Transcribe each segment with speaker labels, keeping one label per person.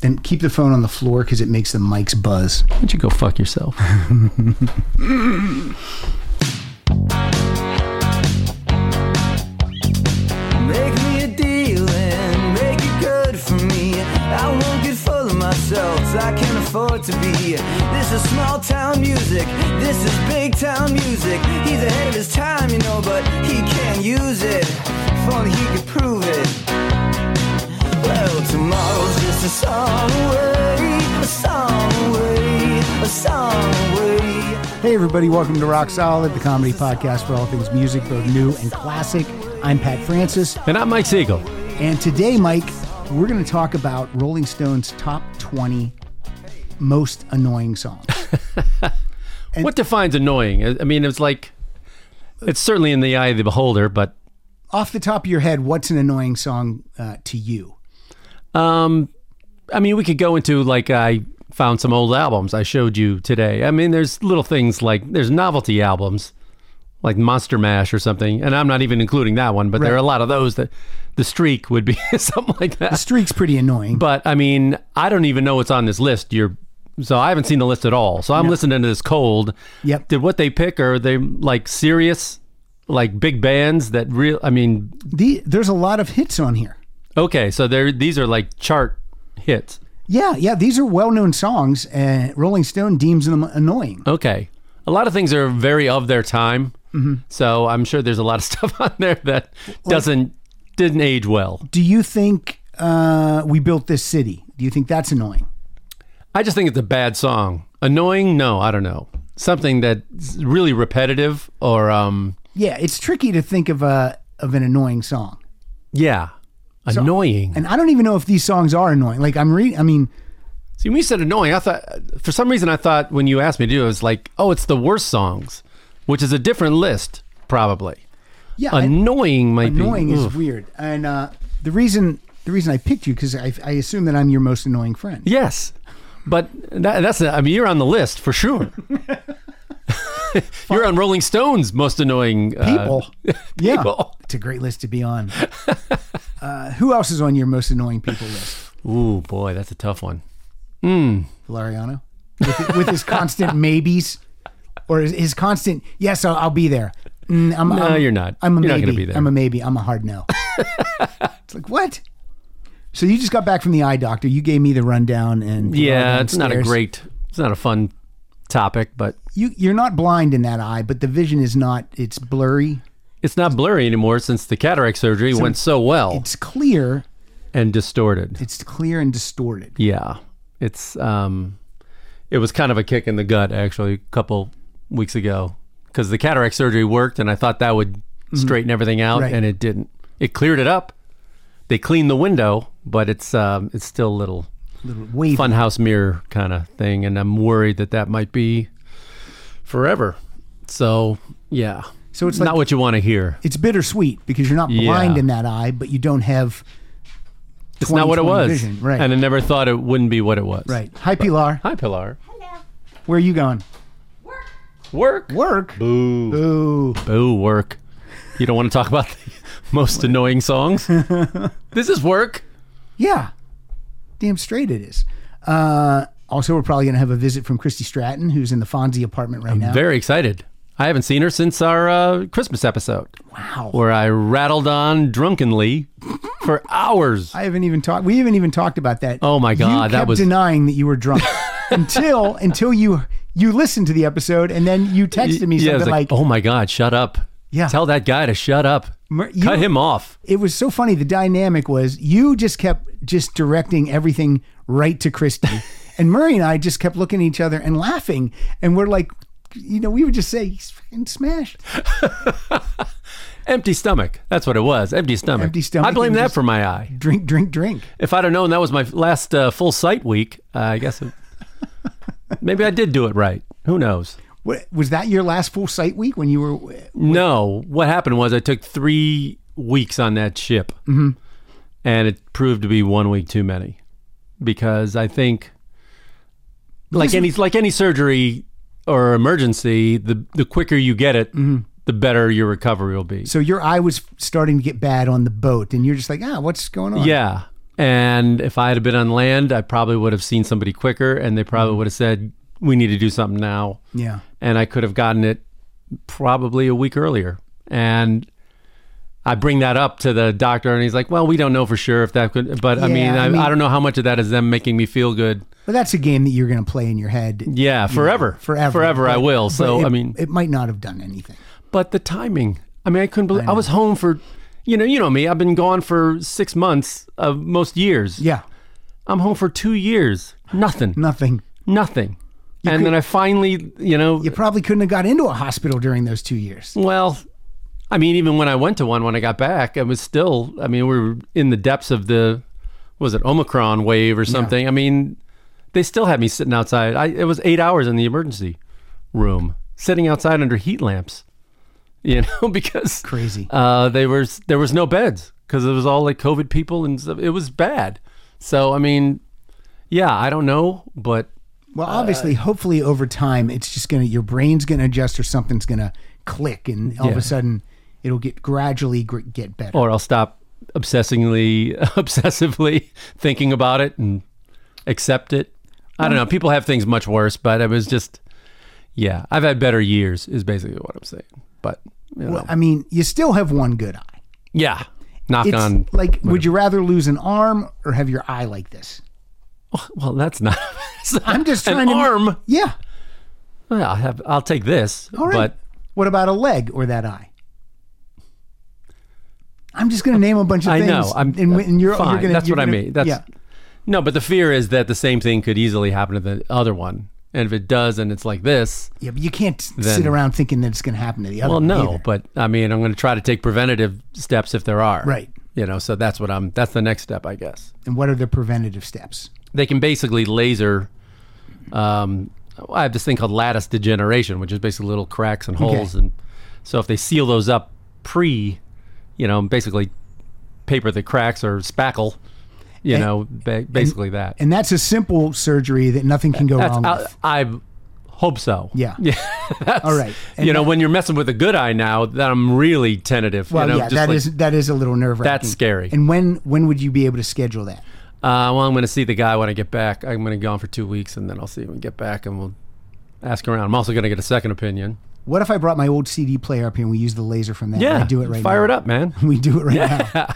Speaker 1: Then keep the phone on the floor because it makes the mics buzz.
Speaker 2: Why don't you go fuck yourself?
Speaker 3: Make me a deal and make it good for me. I won't get full of myself, 'cause I can't afford to be. This is small town music, this is big town music. He's ahead of his time, you know, but he can't use it. If only he could prove it. Well, tomorrow's just a song away, a song away, a song away.
Speaker 1: Hey, everybody, welcome to Rock Solid, the comedy podcast for all things music, both new and classic. I'm Pat Francis,
Speaker 2: and I'm Mike Siegel.
Speaker 1: and today, Mike, we're going to talk about Rolling Stone's top 20 most annoying songs.
Speaker 2: What defines annoying? I- I mean, it's like it's certainly in the eye of the beholder, but
Speaker 1: Off the top of your head, what's an annoying song uh, to you?
Speaker 2: um, I mean, we could go into like I found some old albums I showed you today. I mean, there's little things like there's novelty albums like Monster Mash or something, and I'm not even including that one, but there are a lot of those that the streak would be something like that.
Speaker 1: The streak's pretty annoying.
Speaker 2: But I mean, I don't even know what's on this list. You're so I haven't seen the list at all. So I'm listening to this cold.
Speaker 1: Yep.
Speaker 2: Did what they pick are they like serious, like big bands that real? I mean,
Speaker 1: The, there's a lot of hits on here.
Speaker 2: okay, so they're these are like chart hits.
Speaker 1: Yeah, yeah, these are well known songs, and Rolling Stone deems them annoying.
Speaker 2: Okay, a lot of things are very of their time. So I'm sure there's a lot of stuff on there that doesn't didn't age well.
Speaker 1: Do you think uh, We Built This City? Do you think that's annoying?
Speaker 2: I just think it's a bad song. Annoying? No, I don't know. Something that's really repetitive or um,
Speaker 1: Yeah, it's tricky to think of a of an annoying song,
Speaker 2: yeah, annoying.
Speaker 1: and I don't even know if these songs are annoying. Like I'm reading, I mean,
Speaker 2: See, when you said annoying, I thought for some reason I thought when you asked me to do it, it was like, oh, it's the worst songs, which is a different list probably.
Speaker 1: yeah, I-
Speaker 2: Annoying might
Speaker 1: annoying
Speaker 2: be.
Speaker 1: is
Speaker 2: Ugh.
Speaker 1: weird. And uh, the reason the reason I picked you because I, I assume that I'm your most annoying friend.
Speaker 2: yes, but that, that's a, I mean you're on the list for sure. you're on Rolling Stone's most annoying uh,
Speaker 1: People, yeah,
Speaker 2: people.
Speaker 1: it's a great list to be on. uh, who else is on your most annoying people list?
Speaker 2: Ooh boy, that's a tough one.
Speaker 1: Valeriano, with, with his constant maybes, or his, his constant yes, I'll, I'll be there. Mm, I'm,
Speaker 2: No,
Speaker 1: I'm-
Speaker 2: you're not.
Speaker 1: I'm a
Speaker 2: You're not
Speaker 1: maybe.
Speaker 2: gonna be there.
Speaker 1: I'm a maybe. I'm a hard no. it's like what? So you just got back from the eye doctor. You gave me the rundown, and
Speaker 2: Yeah, it's not a
Speaker 1: downstairs.
Speaker 2: great, it's not a fun topic, but
Speaker 1: You you're not blind in that eye, but the vision is not. It's blurry.
Speaker 2: it's not blurry anymore since the cataract surgery went so well
Speaker 1: It's clear.
Speaker 2: and distorted.
Speaker 1: It's clear and distorted.
Speaker 2: Yeah, it's um, it was kind of a kick in the gut actually a couple weeks ago because the cataract surgery worked and I thought that would straighten everything
Speaker 1: Mm-hmm.
Speaker 2: out
Speaker 1: Right.
Speaker 2: and it didn't. It cleared it up. They cleaned the window, but it's um, it's still a little
Speaker 1: Little wavy.
Speaker 2: funhouse mirror kind of thing, and I'm worried that that might be forever. So yeah,
Speaker 1: So it's
Speaker 2: not
Speaker 1: like-
Speaker 2: what you want to hear.
Speaker 1: It's bittersweet because you're not
Speaker 2: Yeah.
Speaker 1: blind in that eye, but you don't have.
Speaker 2: It's not what it
Speaker 1: 20/20
Speaker 2: was,
Speaker 1: vision, right.
Speaker 2: and I never thought it wouldn't be what it was.
Speaker 1: Right. Hi, Pilar.
Speaker 2: Hi, Pilar.
Speaker 1: Where are you going?
Speaker 2: Work.
Speaker 1: Work.
Speaker 2: Boo.
Speaker 1: Ooh.
Speaker 2: Boo, work. You don't want to talk about the most annoying songs? this is work.
Speaker 1: Yeah, damn straight it is. Uh, also, we're probably going to have a visit from Christy Stratton, who's in the Fonzie apartment right now.
Speaker 2: Very excited. I haven't seen her since our uh, Christmas episode
Speaker 1: wow.
Speaker 2: where I rattled on drunkenly for hours.
Speaker 1: I haven't even talked. We haven't even talked about that.
Speaker 2: Oh my God,
Speaker 1: you
Speaker 2: that
Speaker 1: kept
Speaker 2: was-
Speaker 1: denying that you were drunk until until you you listened to the episode and then you texted me
Speaker 2: yeah, I was
Speaker 1: something like,
Speaker 2: oh my God, shut up.
Speaker 1: Yeah.
Speaker 2: Tell that guy to shut up.
Speaker 1: Mer- you-
Speaker 2: "Oh, Cut him off.
Speaker 1: It was so funny. The dynamic was you just kept just directing everything right to Christy, and Murray and I just kept looking at each other and laughing, and we're like, you know, we would just say he's fucking smashed.
Speaker 2: Empty stomach. That's what it was. Empty stomach.
Speaker 1: Empty stomach
Speaker 2: I blame
Speaker 1: and
Speaker 2: that
Speaker 1: just-
Speaker 2: for my eye.
Speaker 1: Drink, drink, drink.
Speaker 2: If I'd have known that was my last uh, full sight week, uh, I guess it, maybe I did do it right. Who knows?
Speaker 1: What, was that your last full sight week when you were?
Speaker 2: No, what happened was I took three weeks on that ship, mm-hmm. and it proved to be one week too many, because I think, like any like any surgery or emergency, the the quicker you get it, the better your recovery will be.
Speaker 1: So your eye was starting to get bad on the boat, and you're just like, ah, what's going on?
Speaker 2: yeah, And if I had been on land, I probably would have seen somebody quicker, and they probably would have said, "We need to do something now."
Speaker 1: Yeah.
Speaker 2: and I could have gotten it probably a week earlier. And I bring that up to the doctor, and he's like, "Well, we don't know for sure if that could, but I,
Speaker 1: Yeah,
Speaker 2: mean, I,
Speaker 1: I mean-
Speaker 2: I don't know how much of that is them making me feel good."
Speaker 1: But that's a game that you're going to play in your head
Speaker 2: Yeah, forever,
Speaker 1: Mm, forever.
Speaker 2: forever. I
Speaker 1: But-
Speaker 2: will.
Speaker 1: but
Speaker 2: So
Speaker 1: it-
Speaker 2: I mean,
Speaker 1: it might not have done anything.
Speaker 2: but the timing. I mean, I couldn't believe I, was home for, you know, you know me. I've been gone for six months of most years.
Speaker 1: Yeah,
Speaker 2: I'm home for two years. Nothing.
Speaker 1: nothing.
Speaker 2: Nothing. and then I finally, you know,
Speaker 1: You probably couldn't have got into a hospital during those two years.
Speaker 2: Well, I mean, even when I went to one when I got back, I was still. I mean, we were in the depths of the what was it Omicron wave or something. I mean, they still had me sitting outside. I it was eight hours in the emergency room, sitting outside under heat lamps. You know, because
Speaker 1: Crazy.
Speaker 2: Uh, they were there was no beds because it was all like COVID people and stuff. it was bad. So I mean, yeah, I don't know, but
Speaker 1: Well,
Speaker 2: Uh,
Speaker 1: obviously, hopefully over time, it's just gonna your brain's gonna adjust or something's gonna click, and all of
Speaker 2: Yeah. Oh,
Speaker 1: a sudden, it'll get gradually gr- get better.
Speaker 2: or I'll stop obsessingly, obsessively thinking about it and accept it. I
Speaker 1: Um,
Speaker 2: don't know. People have things much worse, but it was just, yeah, I've had better years, is basically what I'm saying. But, you know,
Speaker 1: Well, I mean, you still have one good eye.
Speaker 2: yeah, knock
Speaker 1: It's
Speaker 2: on.
Speaker 1: like, would you rather lose an arm or have your eye like this?
Speaker 2: Well, that's not.
Speaker 1: I'm just trying to
Speaker 2: an arm.
Speaker 1: Yeah.
Speaker 2: Well, I'll have. I'll take this.
Speaker 1: All right.
Speaker 2: But
Speaker 1: what about a leg or that eye? I'm just going to name a bunch of
Speaker 2: I
Speaker 1: things.
Speaker 2: know. I'm
Speaker 1: and, when- and you're,
Speaker 2: fine.
Speaker 1: you're gonna,
Speaker 2: That's
Speaker 1: you're
Speaker 2: what
Speaker 1: gonna-
Speaker 2: I mean. That's
Speaker 1: yeah.
Speaker 2: no, but the fear is that the same thing could easily happen to the other one, and if it does, and it's like this,
Speaker 1: Yeah, but you can't s-
Speaker 2: Then-
Speaker 1: sit around thinking that it's going to happen to the other.
Speaker 2: Well,
Speaker 1: one
Speaker 2: no,
Speaker 1: either.
Speaker 2: but I mean, I'm going to try to take preventative steps if there are.
Speaker 1: Right.
Speaker 2: You know, so that's what I'm. That's the next step, I guess.
Speaker 1: And what are the preventative steps?
Speaker 2: They can basically laser. Um, I have this thing called lattice degeneration, which is basically little cracks and holes, and so if they seal those up pre, you know, basically paper the cracks or spackle, you
Speaker 1: And-
Speaker 2: know, ba- basically that.
Speaker 1: And that's a simple surgery that nothing can go
Speaker 2: That's,
Speaker 1: wrong
Speaker 2: I,
Speaker 1: with.
Speaker 2: I hope so.
Speaker 1: Yeah.
Speaker 2: Yeah. that's-
Speaker 1: All right. And
Speaker 2: you know,
Speaker 1: that-
Speaker 2: when you're messing with a good eye now, that I'm really tentative.
Speaker 1: Well,
Speaker 2: you know,
Speaker 1: yeah,
Speaker 2: just
Speaker 1: that
Speaker 2: like-
Speaker 1: is that is a little nerve wracking.
Speaker 2: That's scary.
Speaker 1: And when when would you be able to schedule that?
Speaker 2: Uh, well, I'm going to see the guy when I get back. I'm going to go on for two weeks, and then I'll see him when we get back, and we'll ask around. I'm also going to get a second opinion.
Speaker 1: What if I brought my old CD player up here and we use the laser from that? and I do it right
Speaker 2: Fire
Speaker 1: now.
Speaker 2: it up, man.
Speaker 1: We do it right now.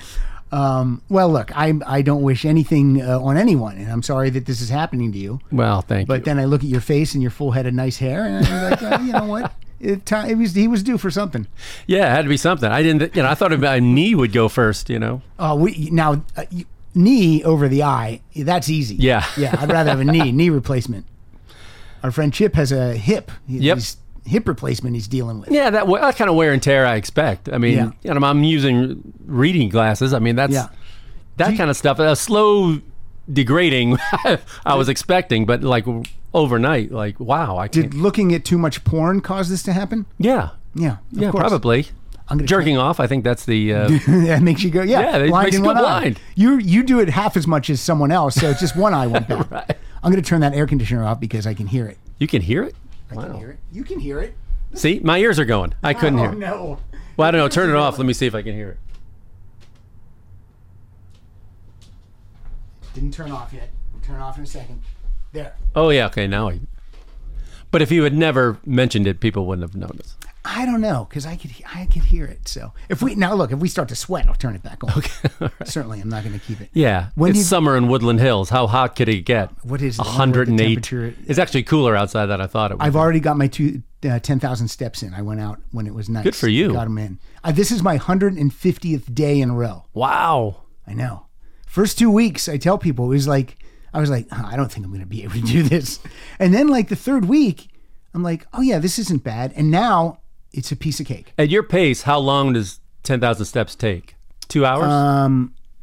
Speaker 1: Um, well, look, I I don't wish anything uh, on anyone, and I'm sorry that this is happening to you.
Speaker 2: Well, thank
Speaker 1: But
Speaker 2: you.
Speaker 1: then I look at your face and your full head of nice hair, and I'm like, uh, you know what? It, ti- it was he was due for something.
Speaker 2: yeah, it had to be something. I didn't. th- You know, I thought my knee would go first. You know.
Speaker 1: Uh, we now uh, you- knee over the eye. That's easy.
Speaker 2: Yeah.
Speaker 1: yeah. I'd rather have a knee knee replacement. Our friend Chip has a hip. He-
Speaker 2: Yep.
Speaker 1: he's- hip replacement he's dealing with.
Speaker 2: Yeah, that wa- that kind of wear and tear I expect. I mean,
Speaker 1: Yeah.
Speaker 2: you know, I'm using reading glasses. I mean, that's
Speaker 1: Yeah.
Speaker 2: that kind of stuff. A slow degrading I was expecting, but like overnight, like wow, I can't.
Speaker 1: Did looking at too much porn cause this to happen?
Speaker 2: yeah,
Speaker 1: Yeah. of
Speaker 2: yeah,
Speaker 1: course.
Speaker 2: probably.
Speaker 1: I'm gonna
Speaker 2: Jerking off, I think that's the uh,
Speaker 1: that makes you go, yeah,
Speaker 2: Yeah, that makes
Speaker 1: in
Speaker 2: you
Speaker 1: one
Speaker 2: go
Speaker 1: eye.
Speaker 2: blind.
Speaker 1: You you do it half as much as someone else, so it's just one eye went back. I'm going to turn that air conditioner off because I can hear it.
Speaker 2: You can hear it?
Speaker 1: I can hear it. You can hear it.
Speaker 2: See, my ears are going. I couldn't
Speaker 1: oh
Speaker 2: hear. it.
Speaker 1: no.
Speaker 2: Well, I don't know. Turn it off. Let me see if I can hear it.
Speaker 1: Didn't turn off yet. We'll turn off in a second. There.
Speaker 2: Oh yeah. Okay. Now I. But if you had never mentioned it, people wouldn't have noticed.
Speaker 1: I don't know because I could he- I could hear it. So if we now look, if we start to sweat, I'll turn it back on. Okay. Certainly, I'm not going to keep it.
Speaker 2: Yeah.
Speaker 1: When
Speaker 2: it's
Speaker 1: you-
Speaker 2: summer in Woodland Hills. How hot could it get?
Speaker 1: What is the- what the
Speaker 2: 108?
Speaker 1: temperature-
Speaker 2: It's actually cooler outside than I thought it would.
Speaker 1: I've already got my two, uh, 10,000 steps in. I went out when it was nice.
Speaker 2: Good for you.
Speaker 1: Got them in. Uh, this is my 150th day in a row.
Speaker 2: wow.
Speaker 1: I know. First two weeks, I tell people it was like I was like, "Huh, I don't think I'm going to be able to do this. And then like the third week, I'm like, oh yeah, this isn't bad. And now it's a piece of cake.
Speaker 2: At your pace, how long does 10,000 steps take? Two hours?
Speaker 1: Uh,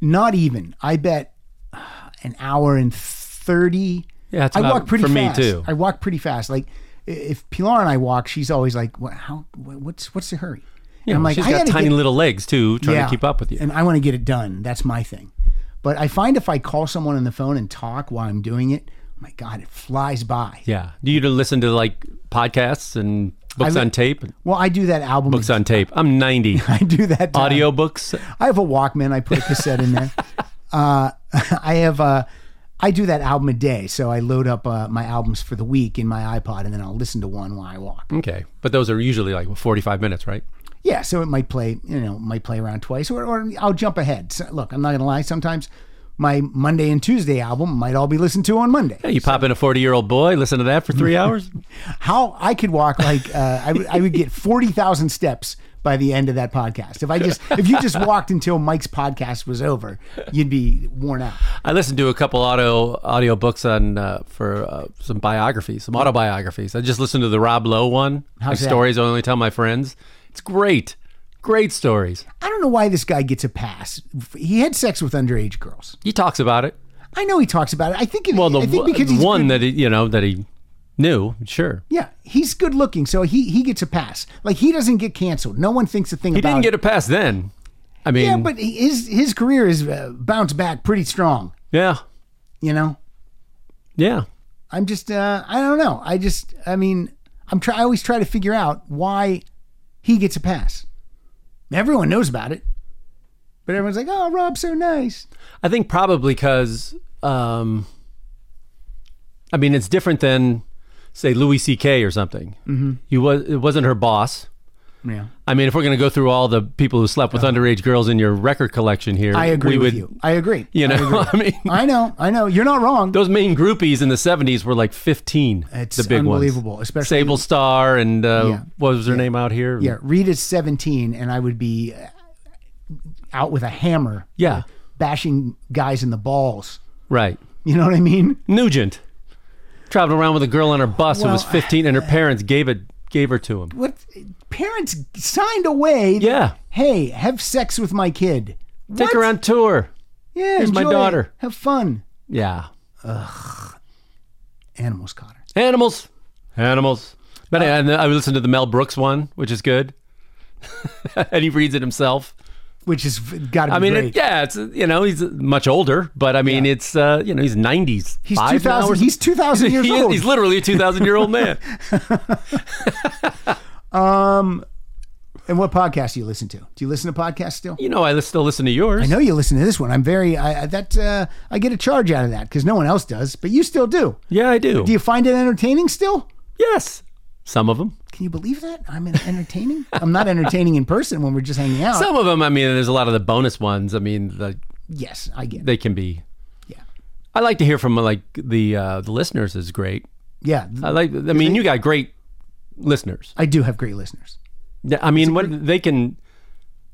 Speaker 1: Not even. I bet uh, an hour and thirty.
Speaker 2: Yeah, that's
Speaker 1: I
Speaker 2: about-
Speaker 1: walk pretty
Speaker 2: for me,
Speaker 1: fast.
Speaker 2: too.
Speaker 1: I walk pretty fast. Like i- if Pilar and I walk, she's always like, what, how? What, what's what's the hurry?
Speaker 2: You
Speaker 1: And
Speaker 2: know, she's got
Speaker 1: gotta
Speaker 2: tiny
Speaker 1: get-
Speaker 2: little legs too, trying to keep up with you.
Speaker 1: And I want to get it done. That's my thing. But I find if I call someone on the phone and talk while I'm doing it, oh my God, it flies by.
Speaker 2: yeah. Do you listen to like podcasts and books
Speaker 1: li-
Speaker 2: on tape?
Speaker 1: Well, I do that album.
Speaker 2: Books on tape. I'm 90.
Speaker 1: I do that. to-
Speaker 2: Audiobooks.
Speaker 1: I have a Walkman. I put a cassette in there. uh, I have uh, I do that album a day, so I load up uh, my albums for the week in my iPod, and then I'll listen to one while I walk.
Speaker 2: Okay, but those are usually like 45 minutes, right?
Speaker 1: Yeah, so it might play, you know, might play around twice, or, or I'll jump ahead. So, look, I'm not gonna lie. Sometimes my Monday and Tuesday album might all be listened to on Monday.
Speaker 2: Yeah, you pop in a 40 year old boy, listen to that for three hours.
Speaker 1: How I could walk like uh, I would, I would get forty thousand steps by the end of that podcast. If I just if you just walked until Mike's podcast was over, you'd be worn out.
Speaker 2: I listened to a couple audio audio books on uh, for uh, some biographies, some autobiographies. I just listened to the Rob Lowe one.
Speaker 1: How's
Speaker 2: like
Speaker 1: that?
Speaker 2: stories I only tell my friends. It's great, great stories.
Speaker 1: I don't know why this guy gets a pass. He had sex with underage girls.
Speaker 2: He talks about it.
Speaker 1: I know he talks about it. I think. It,
Speaker 2: Well, the
Speaker 1: I think
Speaker 2: one-
Speaker 1: because
Speaker 2: the
Speaker 1: he's
Speaker 2: one
Speaker 1: good-
Speaker 2: that he, you know that he knew, sure.
Speaker 1: Yeah, he's good looking, so he he gets a pass. Like he doesn't get canceled. No one thinks a thing
Speaker 2: He
Speaker 1: about.
Speaker 2: didn't
Speaker 1: it.
Speaker 2: get a pass then. I mean,
Speaker 1: Yeah, but his his career is uh, bounced back pretty strong.
Speaker 2: yeah,
Speaker 1: You know,
Speaker 2: yeah.
Speaker 1: I'm just uh, I don't know. I just I mean I'm try I always try to figure out why he gets a pass. Everyone knows about it, but everyone's like, "Oh, Rob's so nice."
Speaker 2: I think probably because, um, I mean, it's different than, say, Louis C.K. or something. Mm-hmm. He was it wasn't her boss.
Speaker 1: Yeah,
Speaker 2: I mean, if we're going to go through all the people who slept with underage girls in your record collection here,
Speaker 1: I agree
Speaker 2: we
Speaker 1: with
Speaker 2: would,
Speaker 1: you. I agree.
Speaker 2: You know, I, mean,
Speaker 1: I know, I know. You're not wrong.
Speaker 2: those main groupies in the '70s were like 15.
Speaker 1: It's
Speaker 2: the big
Speaker 1: unbelievable,
Speaker 2: ones.
Speaker 1: especially-
Speaker 2: Sable Star and uh,
Speaker 1: Yeah.
Speaker 2: what was her name out here?
Speaker 1: Yeah, Rita's 17, and I would be uh, out with a hammer.
Speaker 2: Yeah.
Speaker 1: bashing guys in the balls.
Speaker 2: right.
Speaker 1: You know what I mean?
Speaker 2: Nugent traveled around with a girl on her bus who was
Speaker 1: Well, uh,
Speaker 2: 15, and her parents gave it gave her to him.
Speaker 1: What parents signed away? that,
Speaker 2: Yeah.
Speaker 1: Hey, have sex with my kid.
Speaker 2: Take
Speaker 1: What?
Speaker 2: her on tour.
Speaker 1: Yeah,
Speaker 2: Here's my
Speaker 1: enjoy it.
Speaker 2: daughter.
Speaker 1: Have fun.
Speaker 2: Yeah.
Speaker 1: Animals Uh, caught her.
Speaker 2: Animals. Animals. But I, and I listened to the Mel Brooks one, which is good. and he reads it himself.
Speaker 1: Which has got to be
Speaker 2: I mean,
Speaker 1: Oh, great.
Speaker 2: it, yeah, it's you know he's much older, but I mean it's uh, you know he's nineties.
Speaker 1: he's 2000. He's 2000 years old.
Speaker 2: He's literally a two thousand year old man.
Speaker 1: and what podcast do you listen to? Do you listen to podcasts still?
Speaker 2: you know, I li- still listen to yours.
Speaker 1: I know you listen to this one. I'm very I, I- that uh, I get a charge out of that because no one else does, but you still do.
Speaker 2: Yeah, I do.
Speaker 1: Do you find it entertaining still?
Speaker 2: yes, some of them.
Speaker 1: Can you believe that? I'm en- entertaining. I'm not entertaining in person when we're just hanging out.
Speaker 2: Some of them. I mean, there's a lot of the bonus ones. I mean, the,
Speaker 1: yes, I get it.
Speaker 2: they can be.
Speaker 1: Yeah.
Speaker 2: I like to hear from like the uh, the listeners is great.
Speaker 1: Yeah.
Speaker 2: I like. I mean, you got great listeners.
Speaker 1: I do have great listeners.
Speaker 2: Yeah, I mean, what they can,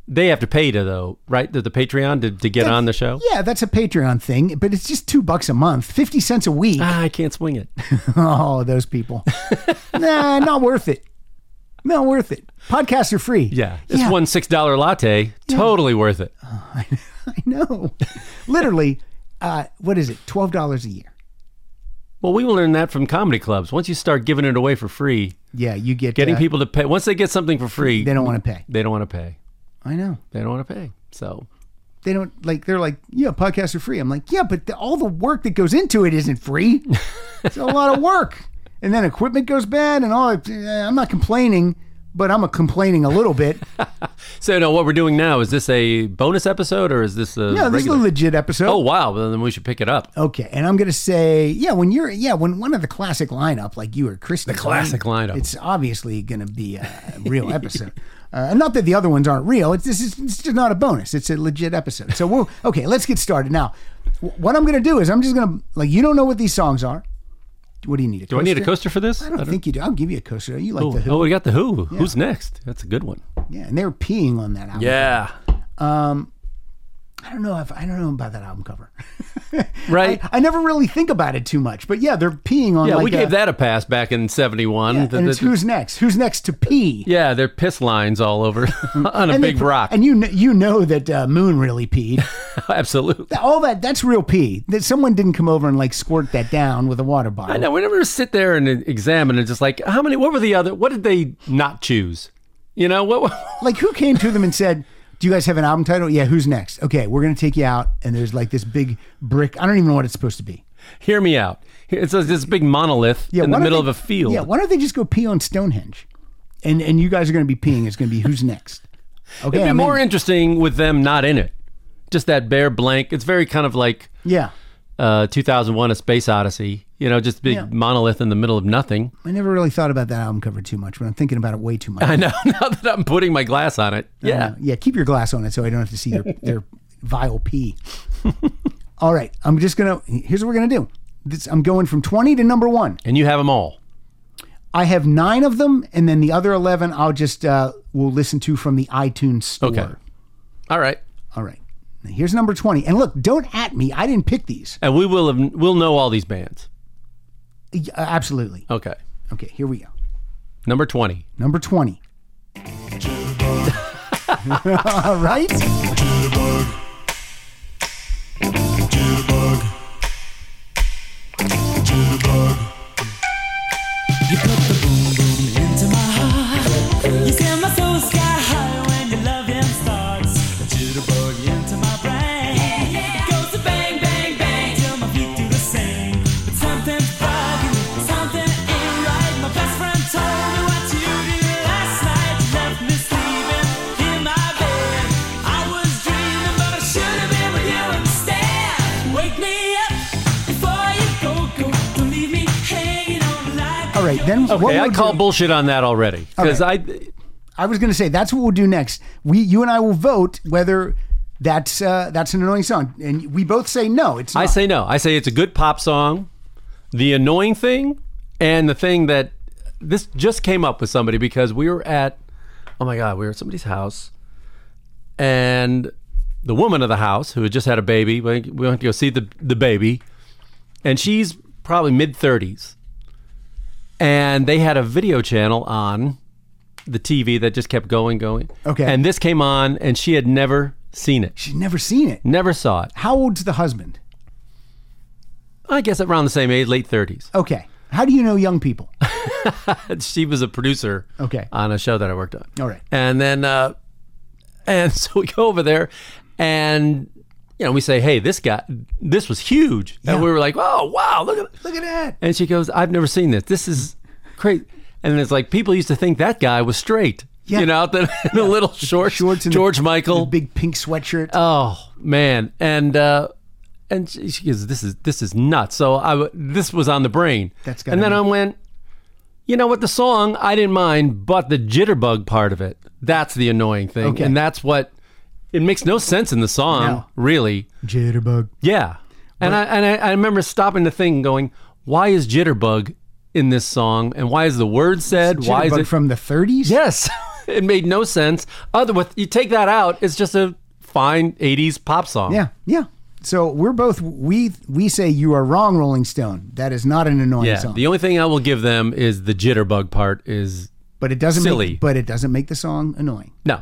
Speaker 2: they have to pay to though, right? To the Patreon to, to get on the show.
Speaker 1: Yeah, that's a Patreon thing, but it's just two bucks a month, 50 cents a week.
Speaker 2: Ah, I can't swing it.
Speaker 1: Oh, those people. nah, not worth it. Not worth it. Podcasts are free.
Speaker 2: Yeah, it's
Speaker 1: Yeah.
Speaker 2: one six dollar latte. Totally worth it.
Speaker 1: I know. Literally, uh, what is it? $12 a year.
Speaker 2: Well, we will learn that from comedy clubs. Once you start giving it away for free,
Speaker 1: Yeah, you get
Speaker 2: getting
Speaker 1: uh,
Speaker 2: people to pay. Once they get something for free,
Speaker 1: They don't want to pay.
Speaker 2: They don't want to pay.
Speaker 1: I know.
Speaker 2: They don't want to pay. So
Speaker 1: They don't like, they're like, yeah, podcasts are free. I'm like, yeah, but the, all the work that goes into it isn't free. it's a lot of work. And then equipment goes bad and all. eh, I'm not complaining, but I'm a complaining a little bit.
Speaker 2: so no, what we're doing now is this a bonus episode or is this a
Speaker 1: No, this is a
Speaker 2: regular?
Speaker 1: legit episode.
Speaker 2: oh wow, well, then we should pick it up.
Speaker 1: Okay, and I'm gonna say, yeah, when you're, yeah, when one of the classic lineup like you or Christy, the
Speaker 2: classic lineup.
Speaker 1: it's obviously gonna be a real episode. Uh, and not that the other ones aren't real. It's this is it's just not a bonus. It's a legit episode. So we'll okay. Let's get started now. Wh- What I'm gonna do is I'm just gonna like you don't know what these songs are. What do you need?
Speaker 2: Do Oh, I need a coaster for this?
Speaker 1: I don't, think you do. I'll give you a coaster. You like
Speaker 2: Oh,
Speaker 1: the Who?
Speaker 2: oh, we got the Who. Who's next? That's a good one.
Speaker 1: Yeah, and they were peeing on that album.
Speaker 2: Yeah.
Speaker 1: I don't know if I don't know about that album cover.
Speaker 2: Right.
Speaker 1: I oh never really think about it too much, but yeah, they're peeing on.
Speaker 2: yeah,
Speaker 1: like
Speaker 2: we gave
Speaker 1: a-
Speaker 2: that a pass back in '71.
Speaker 1: And it's who's next? Who's next to pee?
Speaker 2: yeah, they're piss lines all over on a
Speaker 1: Mm-hmm. And they
Speaker 2: big
Speaker 1: put-
Speaker 2: rock.
Speaker 1: And you kn- you know that uh, Moon really peed.
Speaker 2: Absolutely.
Speaker 1: All that that's real pee. That someone didn't come over and like squirt that down with a water bottle.
Speaker 2: I know. We never sit there and examine and just like how many. What were the other? What did they not choose? You know what?
Speaker 1: Like who came to them and said, "Do you guys have an album title? Yeah, who's next? Okay, we're gonna take you out." And there's like this big brick. I don't even know what it's supposed to be.
Speaker 2: Hear me out. It's a- this big monolith
Speaker 1: Yeah,
Speaker 2: in
Speaker 1: why
Speaker 2: the
Speaker 1: don't
Speaker 2: middle
Speaker 1: they-
Speaker 2: of a field.
Speaker 1: Yeah, why don't they just go pee on Stonehenge? And and you guys are gonna be peeing. It's gonna be who's next. Okay,
Speaker 2: It'd be
Speaker 1: I'm in.
Speaker 2: more interesting with them not in it. just that bare blank. It's very kind of like
Speaker 1: Yeah.
Speaker 2: uh, 2001: A Space Odyssey. You know, just big
Speaker 1: Yeah.
Speaker 2: monolith in the middle of nothing.
Speaker 1: I never really thought about that album cover too much, but I'm thinking about it way too much.
Speaker 2: I know now that I'm putting my glass on it. Yeah.
Speaker 1: Uh, yeah. Keep your glass on it so I don't have to see your, their vile pee. All right. I'm just going to, here's what we're going to do. This, I'm going from 20 to number one.
Speaker 2: And you have them all.
Speaker 1: I have nine of them, and then the other 11 I'll just, uh, will listen to from the iTunes store.
Speaker 2: Okay. All right.
Speaker 1: All right. Now, here's number 20. And look, don't at me. I didn't pick these.
Speaker 2: And we will have, we'll know all these bands.
Speaker 1: Yeah, Uh, absolutely.
Speaker 2: Okay.
Speaker 1: Okay. Here we go.
Speaker 2: Number 20.
Speaker 1: Number 20. All right.
Speaker 4: You put the boom boom into my heart. You send my soul sky high when your loving starts. A jitterbug into my brain. Goes to bang bang bang till my feet do the same. But something's bugging, me, something ain't right. My best friend told me what you did last night. You left me sleeping in my bed. I was dreaming, but I should have been with you instead. Wake me up before you go go. Don't leave me hanging on like.
Speaker 1: All right. Then what
Speaker 2: Okay, I
Speaker 1: we'll
Speaker 2: call
Speaker 1: do-
Speaker 2: bullshit on that already. Because I,
Speaker 1: I was going to say that's what we'll do next. We, you and I will vote whether that's uh, that's an annoying song, and we both say no. It's not.
Speaker 2: I say no. I say it's a good pop song. The annoying thing and the thing that this just came up with somebody because we were at oh my god, we were at somebody's house and the woman of the house who had just had a baby, we we went to go see the the baby and she's probably mid 30s. And they had a video channel on the TV that just kept going going.
Speaker 1: Okay.
Speaker 2: And this came on and she had never seen it.
Speaker 1: She'd never seen it.
Speaker 2: Never saw it.
Speaker 1: How old's the husband?
Speaker 2: I guess around the same age, late 30s.
Speaker 1: Okay. How do you know young people?
Speaker 2: she was a producer
Speaker 1: Okay.
Speaker 2: on a show that I worked on.
Speaker 1: All right.
Speaker 2: And then, uh, and so we go over there and, you know, we say, hey, this guy, this was huge.
Speaker 1: Yeah.
Speaker 2: And we were like, oh, wow, look at,
Speaker 1: Look at that.
Speaker 2: and she goes, I've never seen this. This is crazy. And it's like, people used to think that guy was straight.
Speaker 1: Yeah.
Speaker 2: You know, out the, the little short,
Speaker 1: Shorts and the-
Speaker 2: George Michael.
Speaker 1: The big pink sweatshirt.
Speaker 2: Oh man, and uh, and she she goes, "This is this is nuts." So I w- this was on the brain.
Speaker 1: That's gotta
Speaker 2: and then
Speaker 1: be-
Speaker 2: I went, you know what? The song I didn't mind, but the jitterbug part of it that's the annoying thing,
Speaker 1: Okay.
Speaker 2: and that's what it makes no sense in the song,
Speaker 1: No.
Speaker 2: really.
Speaker 1: Jitterbug.
Speaker 2: Yeah, and I and I, I remember stopping the thing, and going, "Why is jitterbug in this song? And why is the word said? why is
Speaker 1: Jitterbug
Speaker 2: it?"
Speaker 1: from the 30s?
Speaker 2: Yes, it made no sense. Other with you take that out, it's just a fine '80s pop song.
Speaker 1: Yeah. Yeah. So we're both we we say you are wrong, Rolling Stone. That is not an annoying
Speaker 2: Yeah.
Speaker 1: song.
Speaker 2: The only thing I will give them is the jitterbug part is
Speaker 1: but it doesn't
Speaker 2: silly.
Speaker 1: Make, but it doesn't make the song annoying.
Speaker 2: no.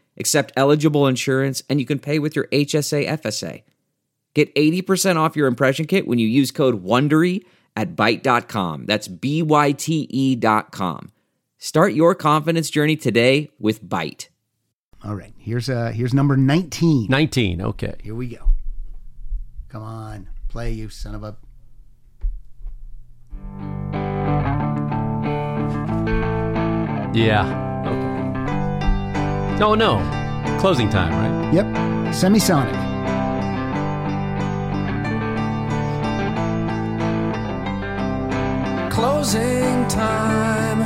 Speaker 5: accept eligible insurance, and you can pay with your HSA FSA. Get 80% off your impression kit when you use code WONDERY at Byte.com. That's B-Y-T-E E dot com. Start your confidence journey today with Byte.
Speaker 1: All right. Here's uh here's number 19.
Speaker 2: 19. Okay.
Speaker 1: Here we go. Come on, play you son of a
Speaker 2: Yeah. Okay. No, no. Closing time, right?
Speaker 1: Yep. Semisonic.
Speaker 3: Closing time.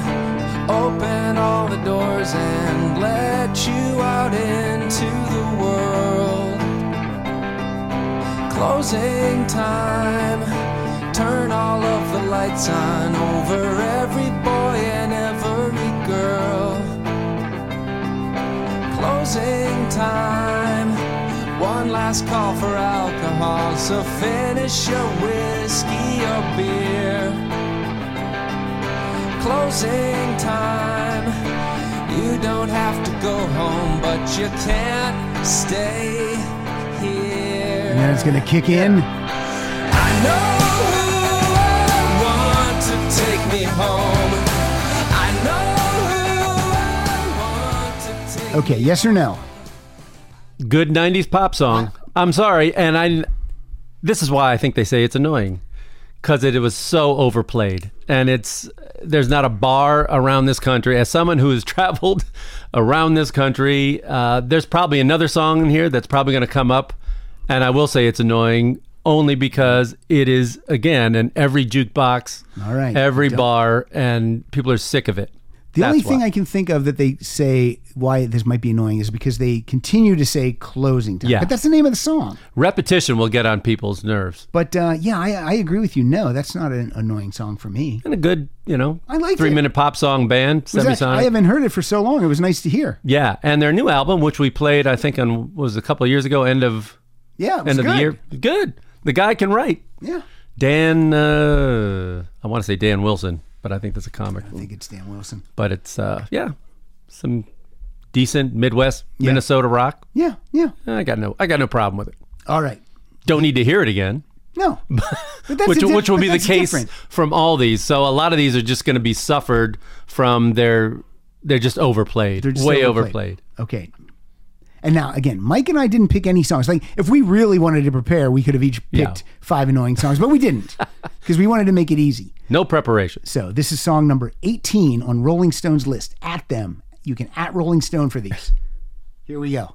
Speaker 3: Open all the doors and let you out into the world. Closing time. Turn all of the lights on over every boy and every girl. Closing time. One last call for alcohol, so finish your whiskey or beer closing time. You don't have to go home, but you can't stay here.
Speaker 1: And then it's going to kick in.
Speaker 3: I
Speaker 1: Okay, yes or no?
Speaker 2: Good 90s pop song. I'm sorry. And I, this is why I think they say it's annoying because it, was so overplayed. And it's, there's not a bar around this country. As someone who has traveled around this country, uh, there's probably another song in here that's probably going to come up. And I will say it's annoying only because it is, again, in every jukebox,
Speaker 1: All right.
Speaker 2: every
Speaker 1: Don't-
Speaker 2: bar, and people are sick of it.
Speaker 1: The only
Speaker 2: That's
Speaker 1: thing
Speaker 2: why.
Speaker 1: I can think of that they say why this might be annoying is because they continue to say closing time.
Speaker 2: Yeah.
Speaker 1: But that's the name of the song.
Speaker 2: Repetition will get on people's nerves.
Speaker 1: But uh, yeah, I, I agree with you. No, that's not an annoying song for me.
Speaker 2: And a good, you know,
Speaker 1: I liked it.
Speaker 2: three minute pop song band,
Speaker 1: Was that- I
Speaker 2: Semisonic.
Speaker 1: haven't heard it for so long. It was nice to hear.
Speaker 2: Yeah, and their new album, which we played, I think, on was a couple of years ago, end of
Speaker 1: Yeah, it was
Speaker 2: end of
Speaker 1: good.
Speaker 2: the year. Good. The guy can write.
Speaker 1: Yeah,
Speaker 2: Dan, uh, I want to say Dan Wilson, but I think that's a comic.
Speaker 1: I think it's Dan Wilson.
Speaker 2: But it's uh, yeah, some decent Midwest Minnesota rock.
Speaker 1: Yeah, yeah.
Speaker 2: I got no, I got no problem with it.
Speaker 1: All right.
Speaker 2: Don't need to hear it again,
Speaker 1: No, but that's
Speaker 2: which
Speaker 1: a diff-
Speaker 2: which will
Speaker 1: but
Speaker 2: be the
Speaker 1: that's
Speaker 2: case
Speaker 1: different.
Speaker 2: from all these. So a lot of these are just going to be suffered from their. They're just overplayed,
Speaker 1: They're just
Speaker 2: way
Speaker 1: overplayed.
Speaker 2: overplayed.
Speaker 1: Okay. And now again, Mike and I didn't pick any songs. Like if we really wanted to prepare, we could have each
Speaker 2: Yeah.
Speaker 1: picked five annoying songs, but we didn't because we wanted to make it easy.
Speaker 2: No preparation.
Speaker 1: So this is song number 18 on Rolling Stone's list. At them. You can at Rolling Stone for these. Here we go.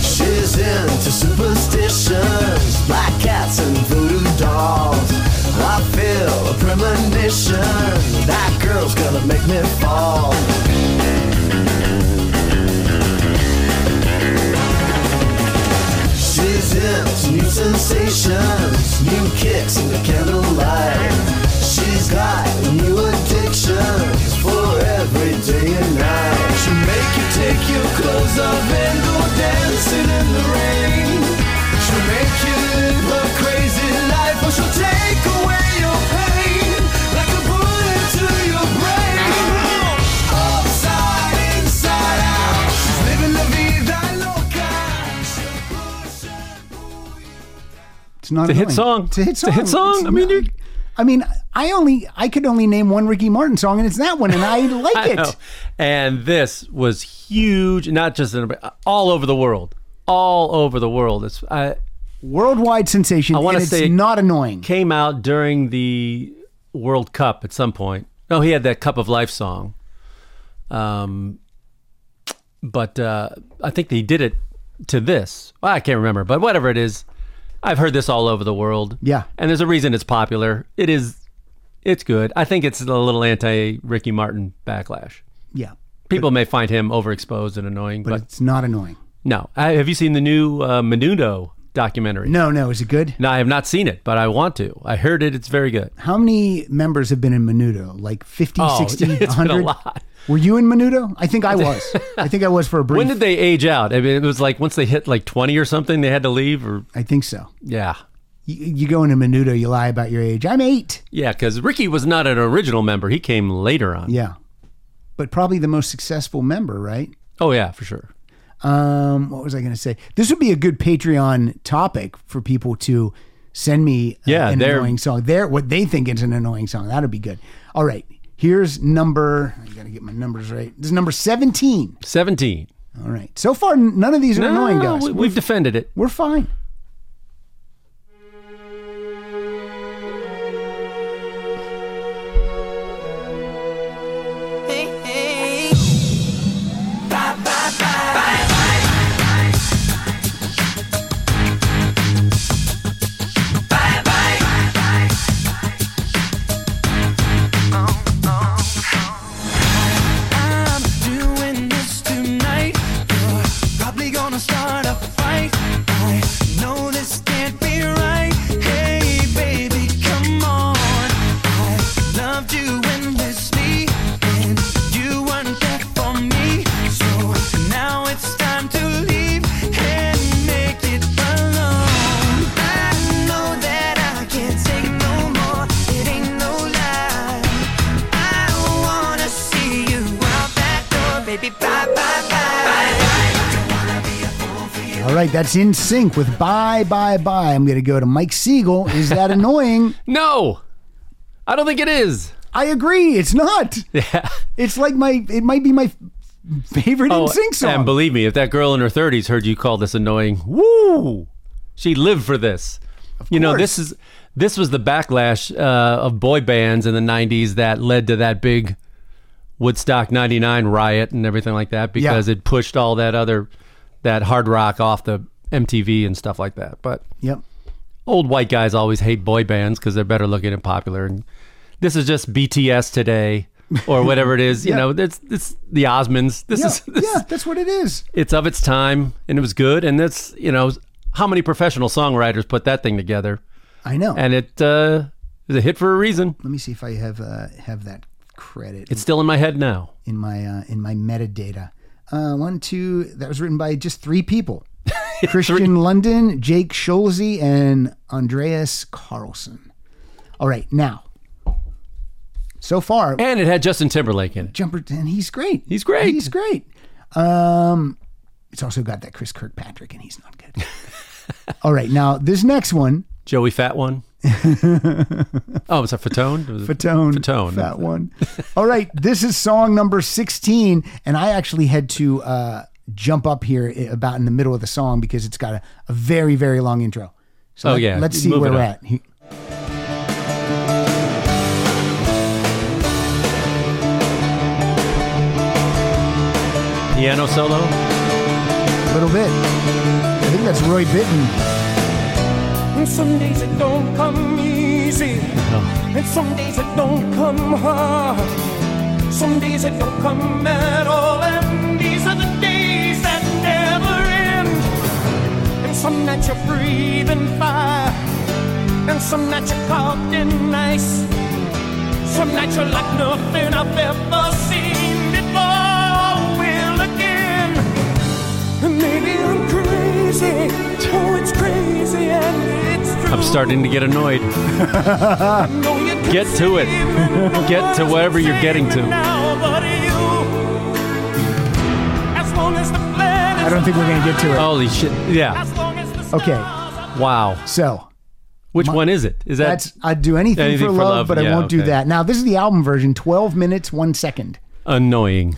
Speaker 3: She's into superstitions, black cats and voodoo dolls. I feel a premonition that girl's gonna make me fall. She's into new sensations, new kicks in the candlelight. She's got new addictions for every day and night. She'll make you take your clothes off and go dancing in the rain. She'll make you live a crazy life, but she'll take away your pain like a bullet to your brain. Upside, inside out, she's living la vida loca. She'll push and pull you.
Speaker 1: It's not
Speaker 2: It's a hit
Speaker 1: annoying.
Speaker 2: song.
Speaker 1: It's a hit
Speaker 2: It's
Speaker 1: song.
Speaker 2: a hit song. I mean,
Speaker 1: not-
Speaker 2: you-
Speaker 1: I mean, I only I could only name one Ricky Martin song, and it's that one, and I like
Speaker 2: I
Speaker 1: it.
Speaker 2: know. And this was huge, not just in all over the world, all over the world. It's uh, I
Speaker 1: Worldwide sensation. I
Speaker 2: wanna
Speaker 1: and it's
Speaker 2: say-
Speaker 1: not annoying.
Speaker 2: came out during the World Cup at some point. No, he had that Cup of Life song. Um, but uh, I think they did it to this. Well, I can't remember, but whatever it is, I've heard this all over the world.
Speaker 1: Yeah.
Speaker 2: and there's a reason it's popular. It is, it's good. I think it's a little anti Ricky Martin backlash.
Speaker 1: Yeah,
Speaker 2: People may find him overexposed and annoying,
Speaker 1: but
Speaker 2: but,
Speaker 1: it's not annoying.
Speaker 2: no. I, have you seen the new uh, Menudo documentary?
Speaker 1: No, no. Is it good?
Speaker 2: No, I have not seen it, but I want to. I heard it. It's very good.
Speaker 1: How many members have been in Menudo? Like 50,
Speaker 2: Oh,
Speaker 1: 60,
Speaker 2: it's been a
Speaker 1: 100?
Speaker 2: lot.
Speaker 1: Were you in Menudo? I think I was. I think I was for a brief.
Speaker 2: When did they age out? I mean, it was like once they hit like 20 or something, they had to leave or
Speaker 1: I think so.
Speaker 2: yeah.
Speaker 1: You, you go into Menudo, you lie about your age. I'm eight.
Speaker 2: Yeah, cuz Ricky was not an original member. He came later on.
Speaker 1: Yeah. But probably the most successful member, right?
Speaker 2: Oh yeah, for sure.
Speaker 1: Um, what was I going to say? This would be a good Patreon topic for people to send me uh,
Speaker 2: Yeah,
Speaker 1: an
Speaker 2: they're-
Speaker 1: annoying song. Their what they think is an annoying song. That'd be good. All right. Here's number I got to get my numbers right. This is number 17.
Speaker 2: 17.
Speaker 1: All right. So far n- none of these are
Speaker 2: No,
Speaker 1: annoying
Speaker 2: no,
Speaker 1: guys.
Speaker 2: We, we've defended it.
Speaker 1: We're fine.
Speaker 3: I'm doing this tonight. You're probably gonna start a fight. I
Speaker 1: All right, that's in sync with Bye Bye Bye. I'm going to go to Mike Siegel. Is that annoying?
Speaker 2: No, I don't think it is.
Speaker 1: I agree. It's not.
Speaker 2: Yeah. Oh,
Speaker 1: It's like my, it might be my favorite in sync song.
Speaker 2: And believe me, if that girl in her 30s heard you call this annoying, woo, she lived for this. you know, this is this was the backlash uh, of boy bands in the 90s that led to that big Woodstock 99 riot and everything like that because it pushed all that other that hard rock off the MTV and stuff like that. But
Speaker 1: yep.
Speaker 2: old white guys always hate boy bands because they're better looking and popular. And this is just BTS today or whatever it is. You know, it's it's the Osmonds. This
Speaker 1: Yeah,
Speaker 2: is this
Speaker 1: yeah, that's what it is.
Speaker 2: it's of its time and it was good. And that's you know how many professional songwriters put that thing together,
Speaker 1: I know.
Speaker 2: and it uh, is a hit for a reason.
Speaker 1: Let me see if I have uh, have that credit
Speaker 2: It's still in my head now.
Speaker 1: in my uh, in my metadata. Uh, one, two. That was written by just three people: Christian London, Jake Schulze, and Andreas Carlson. All right, now. So far,
Speaker 2: And it had Justin Timberlake in it.
Speaker 1: Jumper, and he's great.
Speaker 2: He's great.
Speaker 1: He's great. Um, it's also got that Chris Kirkpatrick, and he's not good. All right, now this next one,
Speaker 2: Joey Fat one. oh, was that Fatone? Was it-
Speaker 1: Fatone,
Speaker 2: Fatone.
Speaker 1: that one. All right, this is song number sixteen, and I actually had to uh, jump up here i- about in the middle of the song because it's got a, a very very long intro. So
Speaker 2: Oh,
Speaker 1: let-
Speaker 2: yeah.
Speaker 1: let's see
Speaker 2: Move
Speaker 1: where
Speaker 2: it
Speaker 1: we're
Speaker 2: up.
Speaker 1: at. He-
Speaker 2: Piano solo.
Speaker 1: A little bit. I think that's Roy Bittan.
Speaker 6: And some days it don't come easy. And some days it don't come hard. Some days it don't come at all. And these are the days that never end. And some nights you're breathing fire. And some nights you're caught in ice. Some nights you're like nothing I've ever seen before. Will again. And maybe I'm crazy. Oh, it's crazy and it's true.
Speaker 2: I'm starting to get annoyed.
Speaker 6: No, you can
Speaker 2: Get to it.
Speaker 6: save me
Speaker 2: Get to wherever you're getting to.
Speaker 6: now, but you, as long as the plan is
Speaker 1: I don't think we're gonna get to it.
Speaker 2: Holy shit! Yeah.
Speaker 6: as long as the
Speaker 1: Okay.
Speaker 6: stars are
Speaker 2: Wow.
Speaker 1: So
Speaker 2: Which one is it? Is that
Speaker 1: that's I'd do anything,
Speaker 2: Anything
Speaker 1: for,
Speaker 2: for
Speaker 1: love,
Speaker 2: love,
Speaker 1: but I
Speaker 2: yeah,
Speaker 1: won't do
Speaker 2: okay.
Speaker 1: that. Now this is the album version, twelve minutes one second.
Speaker 2: annoying?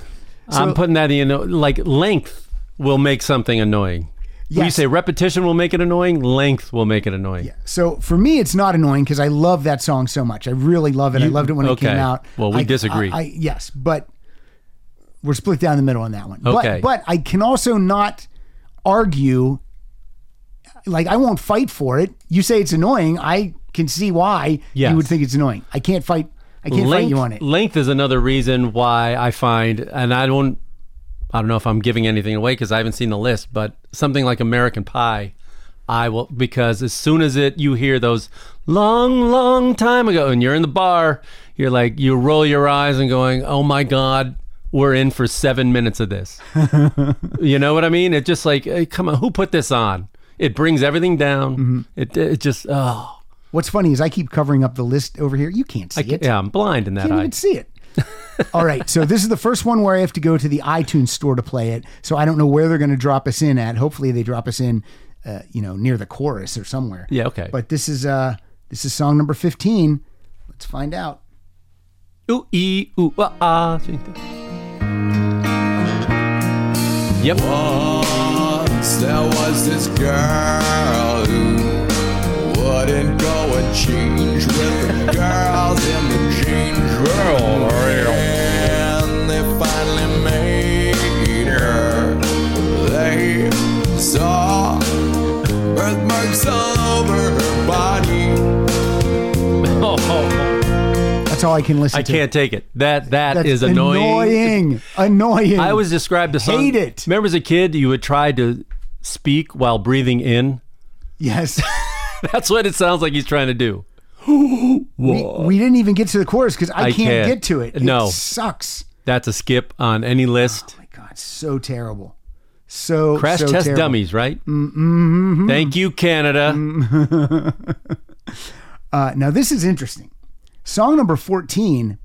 Speaker 1: So-
Speaker 2: I'm putting that in like length will make something annoying. You
Speaker 1: Yes.
Speaker 2: say repetition will make it annoying. Length will make it annoying.
Speaker 1: So for me, it's not annoying because I love that song so much. I really love it. I loved it when
Speaker 2: okay.
Speaker 1: it came out.
Speaker 2: Well, we
Speaker 1: I-
Speaker 2: disagree.
Speaker 1: I, I- yes, but we're split down the middle on that one.
Speaker 2: Okay.
Speaker 1: But, but I can also not argue. Like I won't fight for it. You say it's annoying. I can see why
Speaker 2: Yes.
Speaker 1: you would think it's annoying. I can't fight. I can't fight you on it.
Speaker 2: Length is another reason why I find, and I don't, I don't know if I'm giving anything away because I haven't seen the list, but something like American Pie, I will because as soon as it you hear those long, long time ago, and you're in the bar, you're like you roll your eyes and going, oh my god. We're in for seven minutes of this. you know what I mean? It just like, hey, come on, who put this on? It brings everything down.
Speaker 1: Mm-hmm.
Speaker 2: It, it just, oh,
Speaker 1: What's funny is I keep covering up the list over here. You can't see
Speaker 2: I,
Speaker 1: it.
Speaker 2: yeah, I'm blind in that
Speaker 1: can't
Speaker 2: eye.
Speaker 1: even see it. All right, so this is the first one where I have to go to the iTunes store to play it. So I don't know where they're going to drop us in at. Hopefully, they drop us in, uh, you know, near the chorus or somewhere.
Speaker 2: Yeah, okay.
Speaker 1: But this is uh, this is song number fifteen. Let's find out.
Speaker 2: Ooh, ee, ooh, ah, ah. Yep.
Speaker 3: Once there was this girl who wouldn't go and change with the girls in the change room. And they finally made her. They saw birthmarks all over her body.
Speaker 2: Oh,
Speaker 1: That's all I can listen
Speaker 2: I
Speaker 1: to.
Speaker 2: can't take it. That that
Speaker 1: That's
Speaker 2: is annoying.
Speaker 1: Annoying. Annoying.
Speaker 2: I was described a song.
Speaker 1: Hate it.
Speaker 2: Remember as a kid, you would try to speak while breathing in.
Speaker 1: yes.
Speaker 2: That's what it sounds like he's trying to do.
Speaker 1: we, we didn't even get to the chorus because I,
Speaker 2: I
Speaker 1: can't
Speaker 2: can't.
Speaker 1: get to it.
Speaker 2: No.
Speaker 1: it sucks.
Speaker 2: That's a skip on any list.
Speaker 1: My God, so terrible. So
Speaker 2: Crash
Speaker 1: Oh, so
Speaker 2: test
Speaker 1: terrible. Mm-hmm.
Speaker 2: dummies, right? Mm-hmm. Thank you, Canada.
Speaker 1: Uh, now this is interesting. Song number fourteen.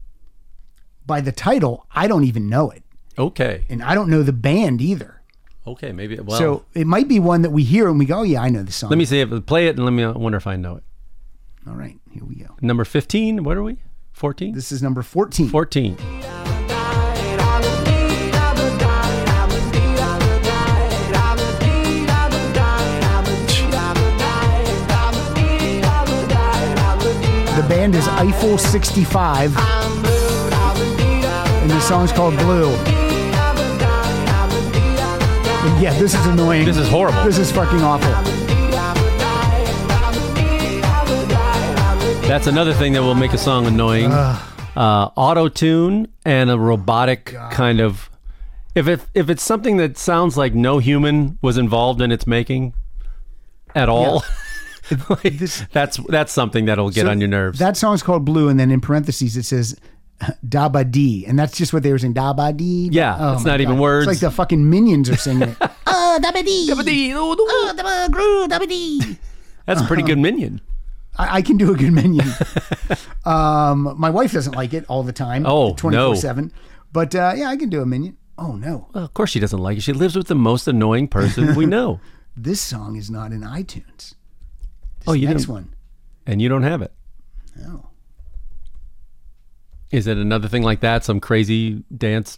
Speaker 1: By the title, I don't even know it,
Speaker 2: Okay.
Speaker 1: and I don't know the band either.
Speaker 2: Okay, maybe. Well,
Speaker 1: So it might be one that we hear and we go, oh, yeah, I know this song.
Speaker 2: let me see if play it and let me I wonder if I know it.
Speaker 1: All right, here we go.
Speaker 2: Number 15, what are we? 14?
Speaker 1: This is number 14.
Speaker 2: 14.
Speaker 1: The band is Eiffel 65. And the song's called Blue. And yeah, this is annoying.
Speaker 2: This is horrible.
Speaker 1: This is fucking awful.
Speaker 2: That's another thing that will make a song annoying. Uh, Auto tune and a robotic kind of. If it, if it's something that sounds like no human was involved in its making, at all, like,
Speaker 1: This-
Speaker 2: that's that's something that'll get
Speaker 1: So
Speaker 2: on your nerves.
Speaker 1: That song's called Blue, and then in parentheses it says Daba D, and that's just what they were saying. Daba D.
Speaker 2: Yeah, it's not
Speaker 1: Oh my
Speaker 2: even
Speaker 1: God.
Speaker 2: words.
Speaker 1: It's like the fucking minions are singing it. Oh, Daba D. Daba D. Oh, Daba Gru, Daba D.
Speaker 2: that's a pretty good minion.
Speaker 1: I, I can do a good minion. um, my wife doesn't like it all the time.
Speaker 2: Oh, no.
Speaker 1: 24 7. But uh, yeah, I can do a minion. Oh, no.
Speaker 2: Well, of course, she doesn't like it. She lives with the most annoying person we know,
Speaker 1: This song is not in iTunes. This
Speaker 2: Oh, you
Speaker 1: next
Speaker 2: didn't-
Speaker 1: one.
Speaker 2: and you don't have it.
Speaker 1: No.
Speaker 2: Is it another thing like that? Some crazy dance,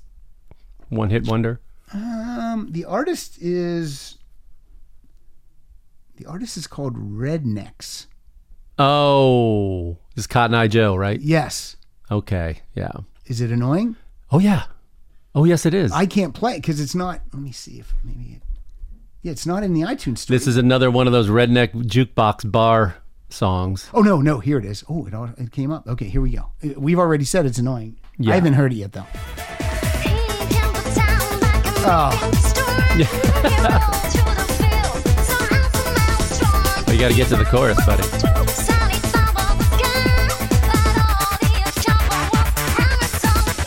Speaker 2: one hit wonder?
Speaker 1: Um, the artist is. The artist is called Rednecks.
Speaker 2: Oh, this is Cotton Eye Joe, right?
Speaker 1: Yes.
Speaker 2: Okay, yeah.
Speaker 1: Is it annoying?
Speaker 2: Oh yeah. Oh yes, it is.
Speaker 1: I can't play because it's not. Let me see if maybe it. Yeah, it's not in the iTunes store.
Speaker 2: this is another one of those redneck jukebox bar songs.
Speaker 1: oh no, no, here it is. Oh, it all it came up. Okay, here we go. Uh, We've already said it's annoying. I haven't heard it yet though.
Speaker 4: Oh.
Speaker 2: But you got to get to the chorus, buddy.
Speaker 7: Get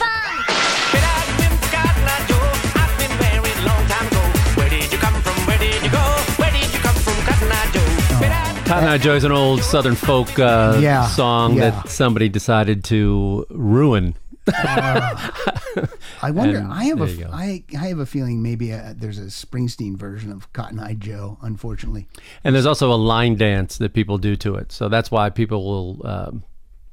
Speaker 7: out of them, Cotton Eye Joe. I've been married a long time ago. Where did you come from? Where did you go? Where did you come from, Cotton Eye Joe? Get out of
Speaker 2: Cotton Eye Joe is an old Southern folk uh,
Speaker 1: Yeah,
Speaker 2: song
Speaker 1: yeah.
Speaker 2: that somebody decided to ruin.
Speaker 1: I wonder.
Speaker 2: And
Speaker 1: I have
Speaker 2: there you
Speaker 1: a.
Speaker 2: go.
Speaker 1: I I have a feeling maybe uh there's a Springsteen version of Cotton Eye Joe. Unfortunately,
Speaker 2: And there's also a line dance that people do to it. So that's why people will um,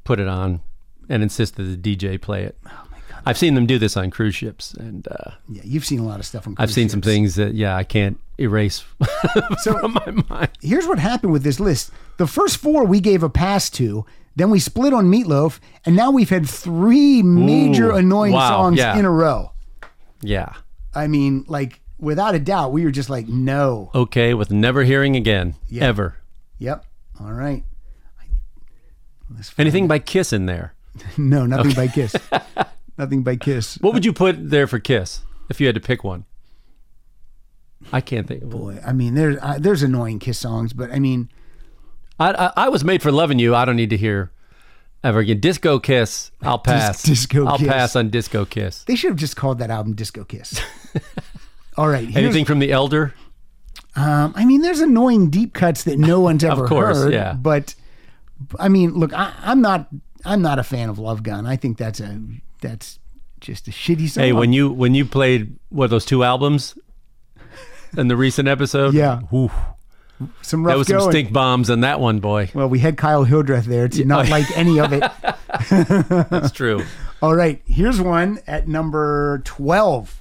Speaker 2: put it on and insist that the DJ play it. Oh my God. I've seen them do this on cruise ships, and uh,
Speaker 1: yeah, you've seen a lot of stuff on.
Speaker 2: I've
Speaker 1: cruise
Speaker 2: seen some
Speaker 1: ships.
Speaker 2: things that yeah I can't erase
Speaker 1: So
Speaker 2: from my mind.
Speaker 1: here's what happened with this list: the first four we gave a pass to. Then we split on Meatloaf, and now we've had three major
Speaker 2: Ooh,
Speaker 1: annoying
Speaker 2: wow,
Speaker 1: songs
Speaker 2: yeah.
Speaker 1: in a row.
Speaker 2: Yeah.
Speaker 1: I mean, like without a doubt, we were just like, no.
Speaker 2: Okay, with never hearing again ever.
Speaker 1: Yep. All right. Let's find-
Speaker 2: Anything by Kiss in there?
Speaker 1: No, nothing by Kiss. nothing by Kiss.
Speaker 2: What would you put there for Kiss if you had to pick one? I can't think.
Speaker 1: Boy, I mean, there's uh, there's annoying Kiss songs, but I mean,
Speaker 2: I, I I was made for loving you. I don't need to hear ever again. Disco Kiss. I'll pass.
Speaker 1: Disco
Speaker 2: I'll
Speaker 1: Kiss.
Speaker 2: pass on Disco Kiss.
Speaker 1: they should have just called that album Disco Kiss. All right. here's-
Speaker 2: Anything from the Elder?
Speaker 1: Um, I mean, there's annoying deep cuts that no one's ever
Speaker 2: course,
Speaker 1: heard.
Speaker 2: yeah.
Speaker 1: But I mean, look, I, I'm not I'm not a fan of Love Gun. I think that's a that's just a shitty song.
Speaker 2: Hey, when you when you played what those two albums in the recent episode?
Speaker 1: Yeah.
Speaker 2: Oof.
Speaker 1: some rough
Speaker 2: that was some
Speaker 1: going.
Speaker 2: stink bombs on that one, boy.
Speaker 1: Well, we had Kyle Hildreth there to not like any of it.
Speaker 2: That's true.
Speaker 1: All right, here's one at number 12.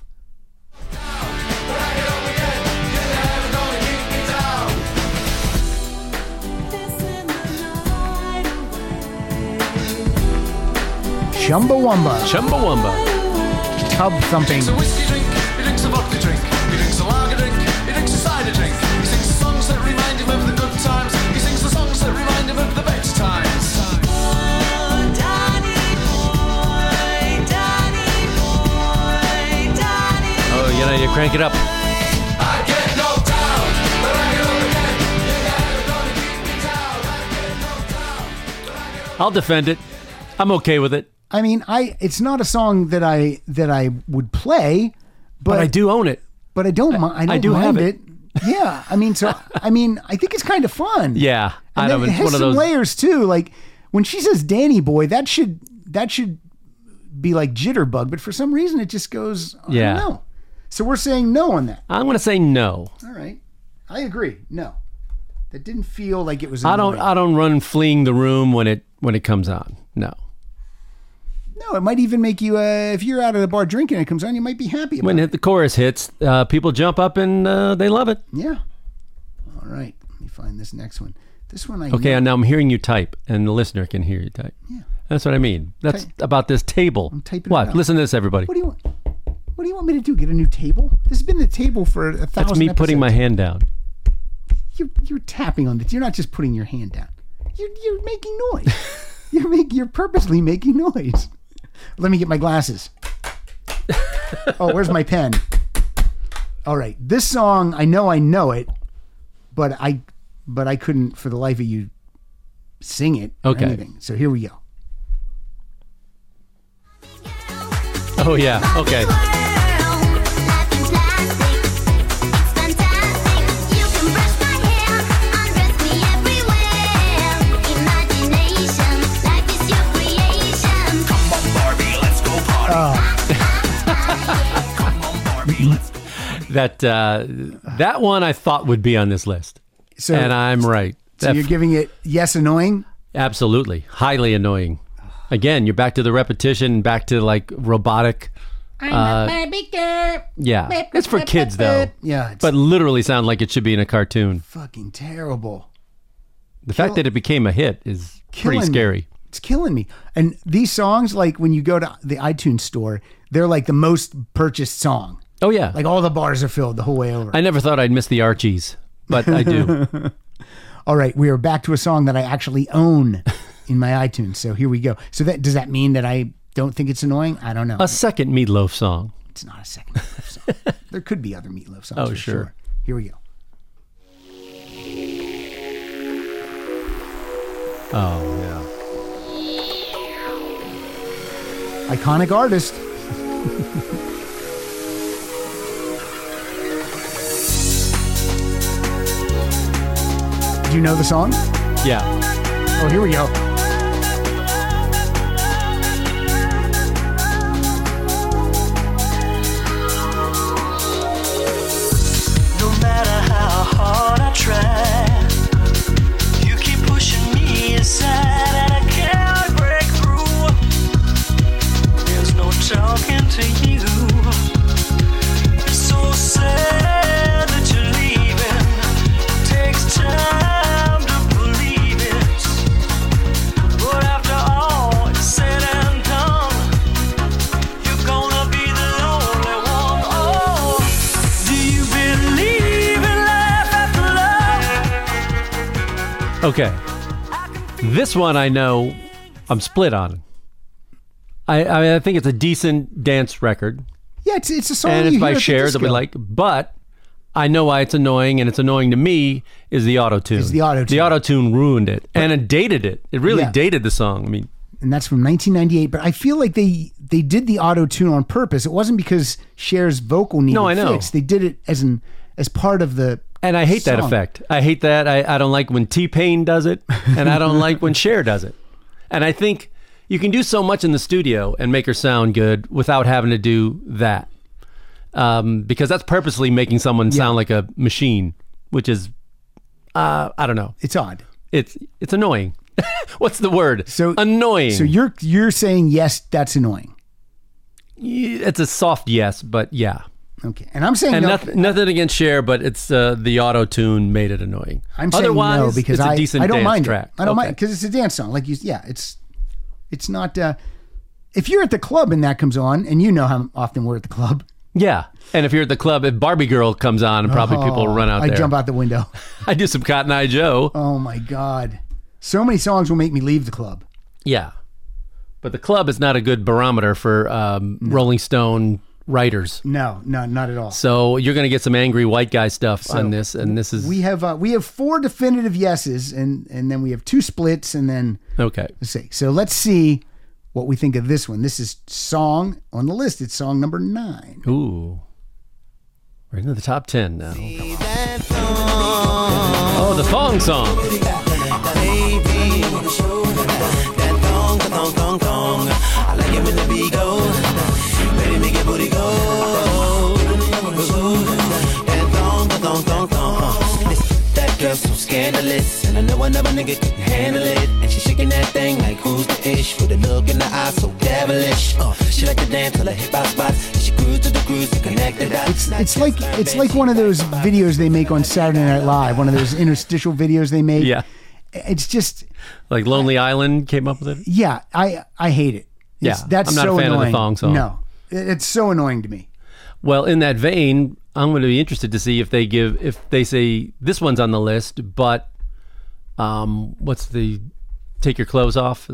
Speaker 1: Chumbawamba,
Speaker 2: Chumbawamba.
Speaker 1: tub something.
Speaker 8: drinks a whiskey drink, he drinks a vodka drink, he drinks a lager drink, he drinks a cider drink. He sings the songs that remind him of the good times, he sings the songs that remind him of the best times.
Speaker 2: Oh, you know you crank it up.
Speaker 8: I get knocked out, but I get up again.
Speaker 2: I'll defend it. I'm okay with it,
Speaker 1: I mean, I it's not a song that I that I would play, but,
Speaker 2: but I do own it.
Speaker 1: but I don't mind. I, don't
Speaker 2: do
Speaker 1: mind
Speaker 2: have it.
Speaker 1: it. Yeah, I mean, so I mean, I think it's kind of fun.
Speaker 2: Yeah,
Speaker 1: And
Speaker 2: I
Speaker 1: then
Speaker 2: know
Speaker 1: it
Speaker 2: it's
Speaker 1: has
Speaker 2: one of
Speaker 1: some
Speaker 2: those.
Speaker 1: layers too. Like when she says "Danny boy," that should that should be like jitterbug, but for some reason it just goes. I
Speaker 2: Yeah.
Speaker 1: don't know. So we're saying no on that.
Speaker 2: I'm going to say no.
Speaker 1: All right. I agree. No. That didn't feel like it was.
Speaker 2: I don't.
Speaker 1: annoying.
Speaker 2: I don't run fleeing the room when it when it comes on. No.
Speaker 1: no, it might even make you. Uh, if you're out at a bar drinking, and it comes on, you might be happy. About
Speaker 2: When
Speaker 1: it.
Speaker 2: hit the chorus hits, uh, people jump up and uh, they love it.
Speaker 1: Yeah. All right. Let me find this next one. This one I
Speaker 2: Okay, and now I'm hearing you type, and the listener can hear you type. Yeah. That's what I mean. That's about this table. I'm
Speaker 1: typing it
Speaker 2: What?
Speaker 1: out.
Speaker 2: Listen to this, everybody.
Speaker 1: What do you want? What do you want me to do? Get a new table? This has been the table for a thousand.
Speaker 2: That's me putting my
Speaker 1: episodes.
Speaker 2: hand down.
Speaker 1: You're, you're tapping on this. You're not just putting your hand down. You're, you're making noise. you're make, You're purposely making noise. Let me get my glasses. oh, where's my pen? All right. This song, I know I know it, but I, but I couldn't for the life of you, sing it. or
Speaker 2: Okay.
Speaker 1: Anything. So here we go.
Speaker 2: Oh yeah. Okay. That uh, that one I thought would be on this list,
Speaker 1: So,
Speaker 2: and I'm right.
Speaker 1: Oh. so you're giving it yes, annoying.
Speaker 2: Absolutely. Highly annoying. Again, you're back to the repetition, back to like robotic. I'm a baby girl. Yeah. It's for kids though.
Speaker 1: Yeah. It's
Speaker 2: But literally sound like it should be in a cartoon.
Speaker 1: fucking terrible.
Speaker 2: The fact that it became a hit is
Speaker 1: Killing
Speaker 2: pretty
Speaker 1: me.
Speaker 2: scary.
Speaker 1: It's killing me. And these songs, like when you go to the iTunes store, they're like the most purchased song.
Speaker 2: Oh yeah.
Speaker 1: Like all the bars are filled the whole way over.
Speaker 2: I never thought I'd miss the Archies, but I do.
Speaker 1: all right, we are back to a song that I actually own in my iTunes. So here we go. So that does that mean that I don't think it's annoying? I don't know.
Speaker 2: a second meatloaf song.
Speaker 1: it's not a second meatloaf song. there could be other meatloaf songs.
Speaker 2: Oh,
Speaker 1: for
Speaker 2: sure.
Speaker 1: sure. Here we go.
Speaker 2: Oh yeah.
Speaker 1: Iconic artist. Do you know the song?
Speaker 2: Yeah.
Speaker 1: Oh, here we go.
Speaker 6: No matter how hard I try, you keep pushing me aside, and I can't break through. There's no talking to you. It's so sad that you're leaving. Takes time to believe it, but after all is said and done, you're gonna be the lonely one. Oh. Do you believe in life after love?
Speaker 2: Okay. This one I know I'm split on. I I, mean, I think it's a decent dance record.
Speaker 1: Yeah, it's, it's a song.
Speaker 2: and
Speaker 1: you
Speaker 2: if
Speaker 1: hear
Speaker 2: I
Speaker 1: at the
Speaker 2: share, they'll be
Speaker 1: disco.
Speaker 2: like, but I know why it's annoying, and it's annoying to me is the auto tune.
Speaker 1: Is the auto-tune.
Speaker 2: The auto tune ruined it, and it dated it. It really
Speaker 1: Yeah.
Speaker 2: dated the song. I mean,
Speaker 1: and that's from 1998. But I feel like they they did the auto tune on purpose. It wasn't because Cher's vocal needed
Speaker 2: No, I know.
Speaker 1: fixed. They did it as an as part of the.
Speaker 2: and I hate that
Speaker 1: Song.
Speaker 2: effect. I hate that. I, I don't like when T Pain does it, and I don't like when Cher does it. And I think you can do so much in the studio and make her sound good without having to do that, um, because that's purposely making someone sound like a machine, which is, uh, I don't know.
Speaker 1: It's odd.
Speaker 2: It's it's annoying. What's the word?
Speaker 1: So-
Speaker 2: annoying.
Speaker 1: So you're you're saying yes, that's annoying.
Speaker 2: Y- it's a soft yes, but yeah.
Speaker 1: Okay, and I'm saying
Speaker 2: And
Speaker 1: no.
Speaker 2: nothing, nothing against Cher, but it's uh, the auto tune made it annoying.
Speaker 1: I'm saying
Speaker 2: Otherwise,
Speaker 1: no because
Speaker 2: it's a
Speaker 1: I
Speaker 2: decent
Speaker 1: I don't
Speaker 2: dance
Speaker 1: mind
Speaker 2: track.
Speaker 1: it. I don't
Speaker 2: Okay.
Speaker 1: mind because it's a dance song. Like you, yeah, it's it's not. Uh, if you're at the club and that comes on, and you know how often we're at the club,
Speaker 2: Yeah, and if you're at the club, if Barbie Girl comes on, and probably people will run out
Speaker 1: Oh, I
Speaker 2: there.
Speaker 1: jump out the window.
Speaker 2: I do some Cotton Eye Joe.
Speaker 1: Oh my god, so many songs will make me leave the club.
Speaker 2: Yeah, but the club is not a good barometer for um, Rolling Stone writers.
Speaker 1: No, no, not at all.
Speaker 2: So you're going to get some angry white guy stuff on this, and this is
Speaker 1: We have uh, we have four definitive yeses, and and then we have two splits, and then
Speaker 2: okay.
Speaker 1: let's see. So let's see what we think of this one. This is song on the list. It's song number nine.
Speaker 2: Ooh. We're into the top 10 now. Oh, the thong song.
Speaker 6: I like it when the beat go. Baby, make your booty go. thong, thong, thong, thong. This, that girl's so scandalous, and I know another nigga can handle it. And she shaking that thing like who's the ish, with a look in the eye so devilish. Uh, she like to dance till her hip hop spots, and she cruise to the cruise to connect the dots.
Speaker 1: It's, it's like it's like one of those videos they make on Saturday Night Live, one of those interstitial videos they make.
Speaker 2: Yeah.
Speaker 1: It's just
Speaker 2: Like Lonely Island came up with it.
Speaker 1: yeah, I I hate it. It's-
Speaker 2: Yeah,
Speaker 1: that's
Speaker 2: I'm not
Speaker 1: so
Speaker 2: a fan of the
Speaker 1: annoying.
Speaker 2: thong song.
Speaker 1: No, It- it's so annoying to me.
Speaker 2: Well, in that vein, I'm going to be interested to see if they give if they say this one's on the list, but um, what's the take your clothes off?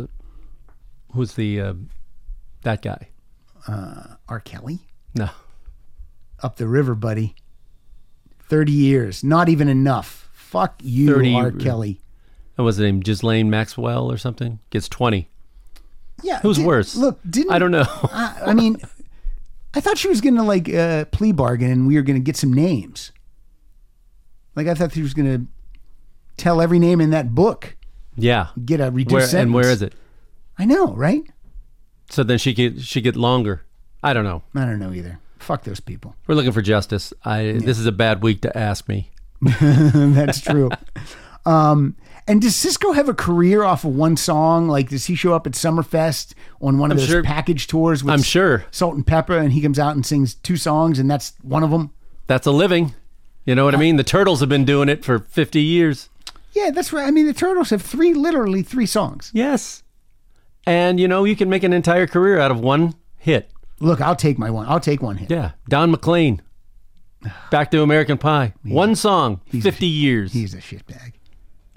Speaker 2: Who's the uh, that guy?
Speaker 1: R. Kelly
Speaker 2: No,
Speaker 1: up the river, buddy. Thirty years, not even enough. Fuck you,
Speaker 2: 30
Speaker 1: R. Kelly.
Speaker 2: what was the name? Ghislaine Maxwell or something? Gets 20.
Speaker 1: Yeah,
Speaker 2: Who's
Speaker 1: di-
Speaker 2: worse?
Speaker 1: Look, didn't
Speaker 2: I don't know.
Speaker 1: I, I mean, I thought she was going to like uh, plea bargain and we were going to get some names. Like I thought she was going to tell every name in that book,
Speaker 2: yeah,
Speaker 1: get a reduced
Speaker 2: where
Speaker 1: sentence.
Speaker 2: and where is it?
Speaker 1: I know, right?
Speaker 2: So then she get she get longer. I don't know.
Speaker 1: I don't know either. Fuck those people.
Speaker 2: We're looking for justice. I this is a bad week to ask me.
Speaker 1: That's true. um, and does Cisco have a career off of one song? Like, does he show up at Summerfest on one of those
Speaker 2: sure-
Speaker 1: package tours with
Speaker 2: I'm sure.
Speaker 1: Salt and Pepper, and he comes out and sings two songs, and that's one of them?
Speaker 2: That's a living. You know what I mean? The turtles have been doing it for 50 years.
Speaker 1: Yeah, that's right. I mean, the Turtles have three, literally three songs.
Speaker 2: Yes. And you know, you can make an entire career out of one hit.
Speaker 1: Look, I'll take my one. I'll take one hit.
Speaker 2: Yeah. Don McLean. Back to American Pie. One song, 50 years.
Speaker 1: He's a shitbag.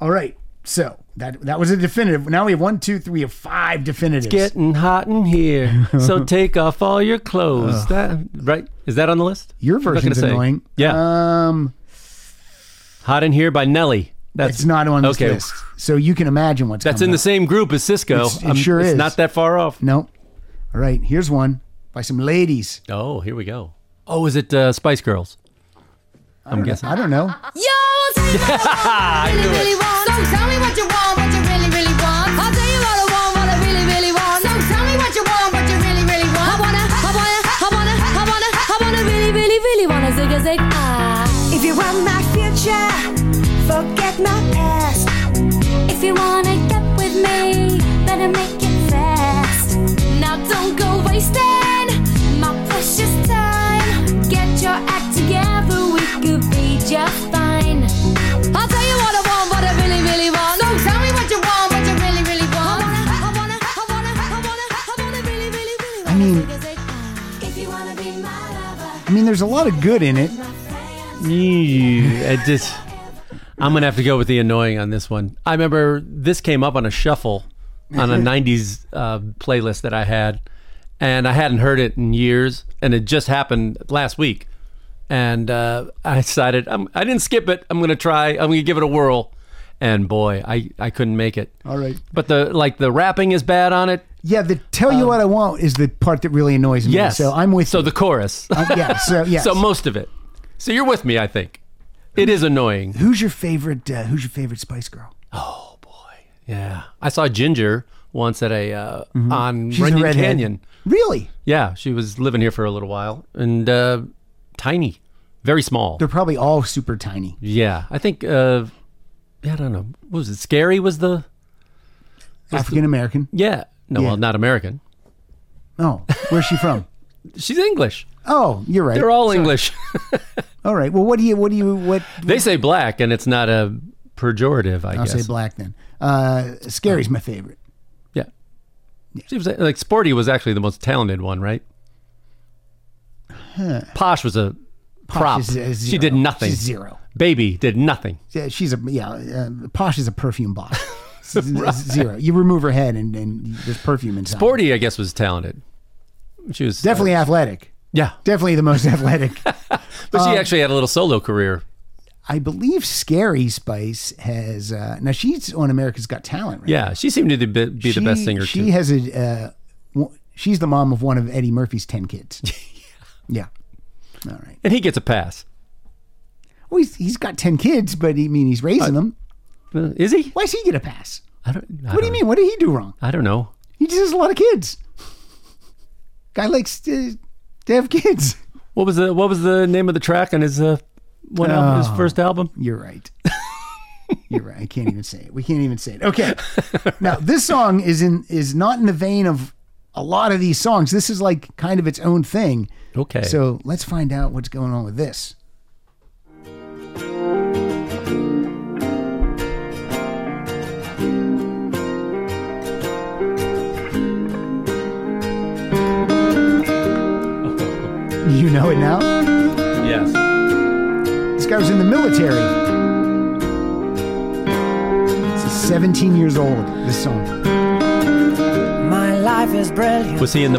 Speaker 1: All right. So that that was a definitive. Now we have one, two, three, or five definitives.
Speaker 2: Getting hot in here. So take off all your clothes. That right? Is that on the list?
Speaker 1: Your
Speaker 2: I'm not gonna
Speaker 1: version's
Speaker 2: say.
Speaker 1: annoying.
Speaker 2: Yeah.
Speaker 1: Um,
Speaker 2: hot in here by Nelly. That's
Speaker 1: it's not on this
Speaker 2: okay.
Speaker 1: list, so you can imagine what's
Speaker 2: That's
Speaker 1: coming
Speaker 2: in the
Speaker 1: up.
Speaker 2: same group as Cisco.
Speaker 1: It's- it
Speaker 2: I'm-
Speaker 1: sure
Speaker 2: it's
Speaker 1: is.
Speaker 2: not that far off.
Speaker 1: No. All right. Here's one by some ladies.
Speaker 2: Oh, here we go. Oh, is it uh, Spice Girls? I'm guessing.
Speaker 1: I don't know.
Speaker 4: Yo, I really, really want. So tell me what you want, what you really, really want. I'll tell you what I want, what I really, really want. So tell me what you want, what you really, really want. I wanna, I wanna, I wanna, I wanna, I wanna really, really, really wanna zig a zig ah. If you want my future, forget my past. If you wanna get with me, better make it fast. Now don't go wasting my precious time. Get your act together, we could be just fine. I'll tell you what I want, what I really, really want. So tell me what you want, what you really, really want. I wanna, I wanna, I wanna, I wanna really, really, really
Speaker 1: I mean,
Speaker 4: If you wanna be my lover,
Speaker 1: I mean, there's a lot of good in it.
Speaker 4: my friend.
Speaker 2: Yeah, I just, I'm gonna have to go with the annoying on this one. I remember this came up on a shuffle on a '90s uh, playlist that I had, and I hadn't heard it in years, and it just happened last week, and uh, I decided I'm, I didn't skip it. I'm gonna try. I'm gonna give it a whirl, and boy, I I couldn't make it.
Speaker 1: All right.
Speaker 2: But the like the rapping is bad on it.
Speaker 1: Yeah, the "Tell You What I Want" is the part that really annoys me.
Speaker 2: Um, Yes.
Speaker 1: So I'm with
Speaker 2: So
Speaker 1: you.
Speaker 2: the chorus.
Speaker 1: Uh, yeah. So yeah.
Speaker 2: So most of it. So you're with me, I think. It is annoying.
Speaker 1: who's your favorite? Uh, who's your favorite Spice Girl?
Speaker 2: Yeah, I saw Ginger once at a uh,
Speaker 1: Mm-hmm.
Speaker 2: on
Speaker 1: She's a
Speaker 2: Runyon
Speaker 1: redhead.
Speaker 2: Canyon.
Speaker 1: Really?
Speaker 2: Yeah, she was living here for a little while and uh, tiny, very small.
Speaker 1: They're probably all super tiny.
Speaker 2: yeah, I think. Uh, yeah, I don't know. What was it? Scary was the
Speaker 1: African American.
Speaker 2: yeah. No,
Speaker 1: Yeah.
Speaker 2: well, not American.
Speaker 1: Oh, where's she from?
Speaker 2: She's English.
Speaker 1: Oh, you're right.
Speaker 2: They're all English.
Speaker 1: all right. Well, what do you? What do you? What?
Speaker 2: they say black, and it's not a pejorative. I
Speaker 1: I'll
Speaker 2: guess.
Speaker 1: say black then. Uh, Scary's my favorite.
Speaker 2: Yeah. She was like Sporty was actually the most talented one, right? Posh was a prop.
Speaker 1: is a
Speaker 2: she
Speaker 1: zero.
Speaker 2: did nothing.
Speaker 1: She's zero.
Speaker 2: Baby did nothing.
Speaker 1: Yeah, she's a yeah. Uh, Posh is a perfume box. Z- Zero. You remove her head and, and there's perfume inside.
Speaker 2: Sporty, I guess, was talented. She was
Speaker 1: Definitely athletic.
Speaker 2: yeah.
Speaker 1: Definitely the most athletic.
Speaker 2: But she actually had a little solo career.
Speaker 1: I believe Scary Spice has uh, now she's on America's Got Talent. Right?
Speaker 2: Yeah, she seemed to be the be the
Speaker 1: She-
Speaker 2: best singer.
Speaker 1: She
Speaker 2: too.
Speaker 1: has a uh, w- she's the mom of one of Eddie Murphy's ten kids. yeah. All right.
Speaker 2: and he gets a pass.
Speaker 1: Well, he's, he's got ten kids, but I mean he's raising them.
Speaker 2: Uh, Is he?
Speaker 1: Why does he get a pass?
Speaker 2: I don't. I
Speaker 1: What do you
Speaker 2: don't-
Speaker 1: mean? What did he do wrong?
Speaker 2: I don't know.
Speaker 1: He just has a lot of kids. Guy likes to, to have kids.
Speaker 2: What was the What was the name of the track on his uh, one album,
Speaker 1: Oh.
Speaker 2: his first album?
Speaker 1: You're right. You're right. I can't even say it. We can't even say it. Okay. Now this song is in is not in the vein of a lot of these songs. This is like kind of its own thing.
Speaker 2: Okay.
Speaker 1: So let's find out what's going on with this. You know it now?
Speaker 2: yes.
Speaker 1: This guy was in the military. This is 17 years old, this song.
Speaker 6: My life is brilliant.
Speaker 2: Was he in the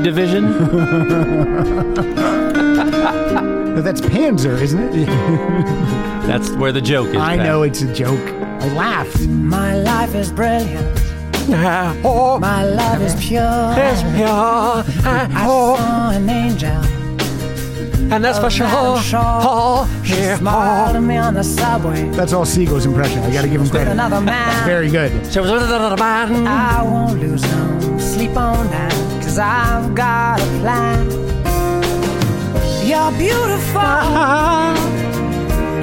Speaker 2: division?
Speaker 1: No, that's Panzer, isn't it?
Speaker 2: That's where the joke is.
Speaker 1: I
Speaker 2: Pat.
Speaker 1: know it's a joke. I laughed.
Speaker 6: My life is brilliant. My love is pure. It's pure. I saw an angel.
Speaker 2: and that's for
Speaker 6: Sure. Sure. She smiled at me on the subway.
Speaker 1: That's all Siegel's impression. I gotta give him credit.
Speaker 6: Another man.
Speaker 1: Very good.
Speaker 6: I won't lose no sleep on that, cause I've got a plan. You're beautiful.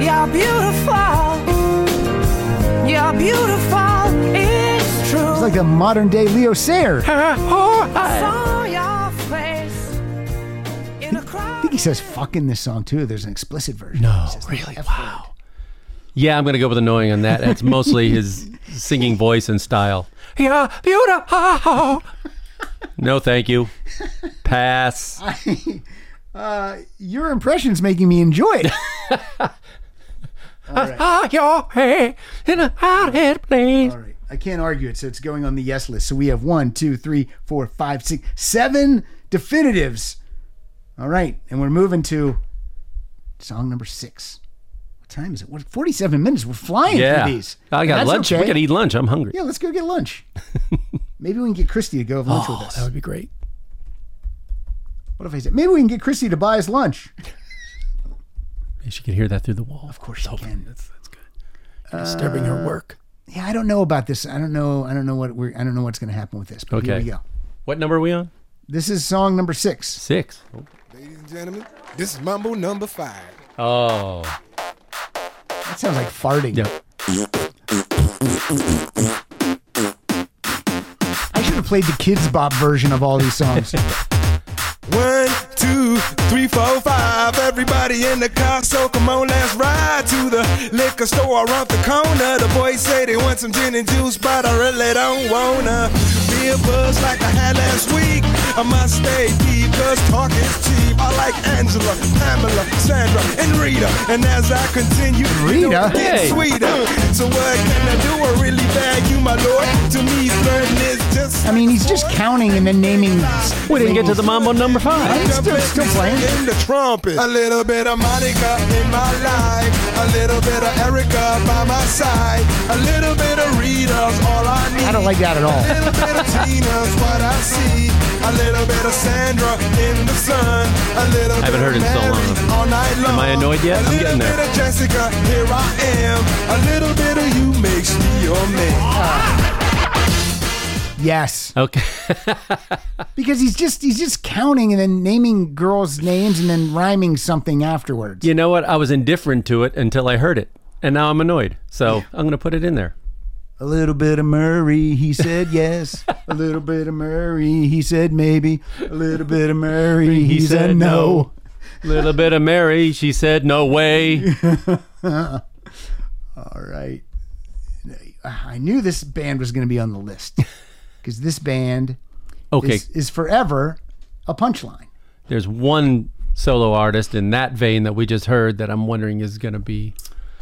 Speaker 6: You're beautiful. You're beautiful. It's true.
Speaker 1: It's like a modern day Leo Sayer. I
Speaker 6: saw your face in a crowd.
Speaker 1: think he says fuck in this song too. There's an explicit version. No, really? Wow.
Speaker 2: Yeah, I'm gonna go with annoying on that. That's mostly his singing voice and style. Yeah, beautiful. No, thank you. Pass.
Speaker 1: Your impression's making me enjoy it.
Speaker 2: Ah, your way in a hard-hit place.
Speaker 1: all right. I can't argue it, so it's going on the yes list. So we have one, two, three, four, five, six, seven definitives. All right. And we're moving to song number six. What time is it? What 47 minutes. We're flying
Speaker 2: Yeah,
Speaker 1: through these.
Speaker 2: I got
Speaker 1: That's
Speaker 2: lunch.
Speaker 1: okay.
Speaker 2: We gotta eat lunch. I'm hungry.
Speaker 1: Yeah, let's go get lunch. Maybe we can get Christy to go have lunch with us.
Speaker 2: be great.
Speaker 1: What if I said, maybe we can get Christy to buy us lunch?
Speaker 2: She could hear that through the wall.
Speaker 1: Of course she can.
Speaker 2: disturbing her work.
Speaker 1: Yeah, I don't know about this. I don't know. I don't know what we're. I don't know what's going to happen with this. But here
Speaker 2: Okay.
Speaker 1: we go.
Speaker 2: What number are we on?
Speaker 1: This is song number six.
Speaker 2: Six.
Speaker 9: Ladies and gentlemen, this is Mumble number five.
Speaker 2: Oh,
Speaker 1: That sounds like farting.
Speaker 2: Yeah.
Speaker 1: I should have played the Kids Bop version of all these songs.
Speaker 3: One, two, three, four, five. Everybody in the car, so come on, let's ride to the liquor store around the corner. The boys say they want some gin and juice, but I really don't wanna be a buzz like I had last week. I must stay deep, cause talk is cheap. I like Angela, Pamela, Sandra, and Rita. And as I continue, you
Speaker 1: Rita?
Speaker 3: know, it gets
Speaker 2: Hey.
Speaker 3: sweeter. So what can I do? I really bag you, my lord. To me, flirting is just.
Speaker 1: I mean, he's just counting and then naming.
Speaker 2: we didn't get to the mambo number five.
Speaker 1: It's still, it's still playing.
Speaker 3: In the trumpet. A little bit of Monica in my life. A little bit of Erica by my side. A little bit of Rita's all I need.
Speaker 1: I don't like that at all.
Speaker 3: A little bit of Tina's what I see. A little bit of Sandra in the sun. A little
Speaker 2: I
Speaker 3: bit
Speaker 2: haven't heard
Speaker 3: of
Speaker 2: it in so
Speaker 3: Mary
Speaker 2: long.
Speaker 3: all night long.
Speaker 2: Am I annoyed
Speaker 3: A
Speaker 2: yet? I'm
Speaker 3: little
Speaker 2: getting there.
Speaker 3: bit of Jessica, here I am. A little bit of you makes me your man.
Speaker 1: Yes,
Speaker 2: Okay.
Speaker 1: because he's just he's just counting and then naming girls' names and then rhyming something afterwards.
Speaker 2: You know what? I was indifferent to it until I heard it, and now I'm annoyed. So I'm gonna put it in there.
Speaker 1: A little bit of Murray, he said yes. A little bit of Murray, he said maybe. A little bit of Murray, he, said, no.
Speaker 2: Little bit of Mary, she said no way.
Speaker 1: All right. I knew this band was going to be on the list because this band
Speaker 2: Okay,
Speaker 1: is, is forever a punchline.
Speaker 2: there's one solo artist in that vein that we just heard that I'm wondering is gonna be.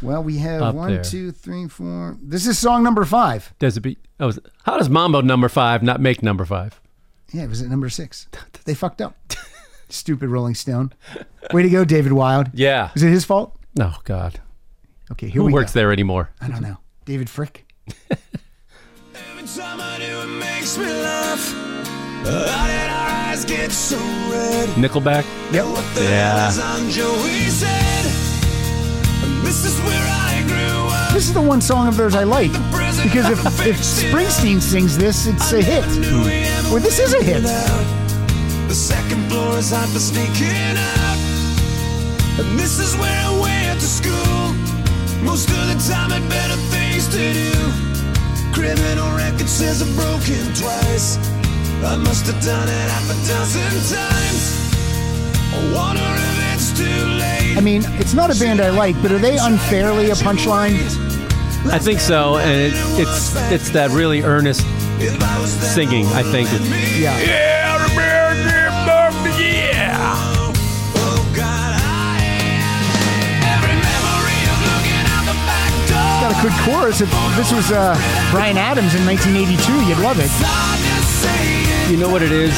Speaker 1: Well, we have
Speaker 2: Up
Speaker 1: one,
Speaker 2: there.
Speaker 1: two, three, four. This is song number five.
Speaker 2: Does it be? Oh, is- how does mambo number five not make number five?
Speaker 1: Yeah, it was at number six. They fucked up. Stupid Rolling Stone. Way to go, David Wilde.
Speaker 2: Yeah.
Speaker 1: Is it his fault?
Speaker 2: Oh God.
Speaker 1: Okay, here
Speaker 2: Who
Speaker 1: we
Speaker 2: works
Speaker 1: go.
Speaker 2: there anymore?
Speaker 1: I don't know. David Frick.
Speaker 3: makes me laugh. How did our eyes get so red?
Speaker 2: Nickelback.
Speaker 1: Yep.
Speaker 2: Yeah.
Speaker 3: Joey said, This is where I grew up.
Speaker 1: This is the one song of theirs I like because if, if Springsteen sings this, it's a hit. Well, this is a hit.
Speaker 3: The second floor is hot for sneaking up. And this is where I went to school. Most of the time, had better things to do. Criminal record says I've broken twice. I must have done it half a dozen times. I wonder if it's too late.
Speaker 1: I mean, it's not a band I like, but are they unfairly a punchline?
Speaker 2: I think so, and it, it's it's that really earnest singing. I think.
Speaker 1: Yeah.
Speaker 2: Yeah.
Speaker 1: It's got a good chorus. If this was uh, Brian Adams in 1982, you'd love it.
Speaker 2: You know what it is?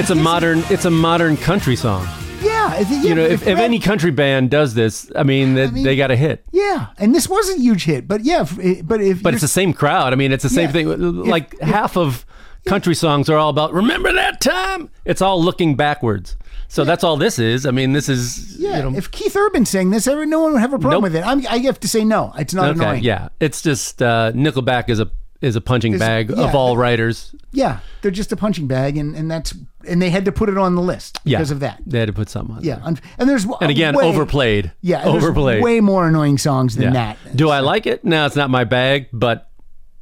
Speaker 2: It's a modern. It's a modern country song.
Speaker 1: Yeah. I think- yeah,
Speaker 2: You know, if, if
Speaker 1: Fred-
Speaker 2: any country band does this, I mean, they, they got a hit.
Speaker 1: Yeah, and this was a huge hit, but yeah, if- it- but if
Speaker 2: But it's the same crowd. I mean, it's the same
Speaker 1: Yeah.
Speaker 2: thing. Like half of country songs are all about remember that time. It's all looking backwards. So that's all this is. I mean, this is
Speaker 1: yeah, if Keith Urban sang this, every- no one would have a problem
Speaker 2: Nope.
Speaker 1: with it. I'm, I have to say no, it's not
Speaker 2: okay.
Speaker 1: annoying.
Speaker 2: Yeah, it's just uh, Nickelback is a is a punching
Speaker 1: Is-
Speaker 2: bag
Speaker 1: yeah.
Speaker 2: of all writers.
Speaker 1: Yeah, they're just a punching bag, and and that's and they had to put it on the list
Speaker 2: Yeah,
Speaker 1: because of that.
Speaker 2: they had to put something on.
Speaker 1: Yeah, un- and there's
Speaker 2: and again,
Speaker 1: way-
Speaker 2: overplayed.
Speaker 1: Yeah, and there's
Speaker 2: overplayed.
Speaker 1: Way more annoying songs than
Speaker 2: yeah.
Speaker 1: that.
Speaker 2: Do I like it? No, it's not my bag. But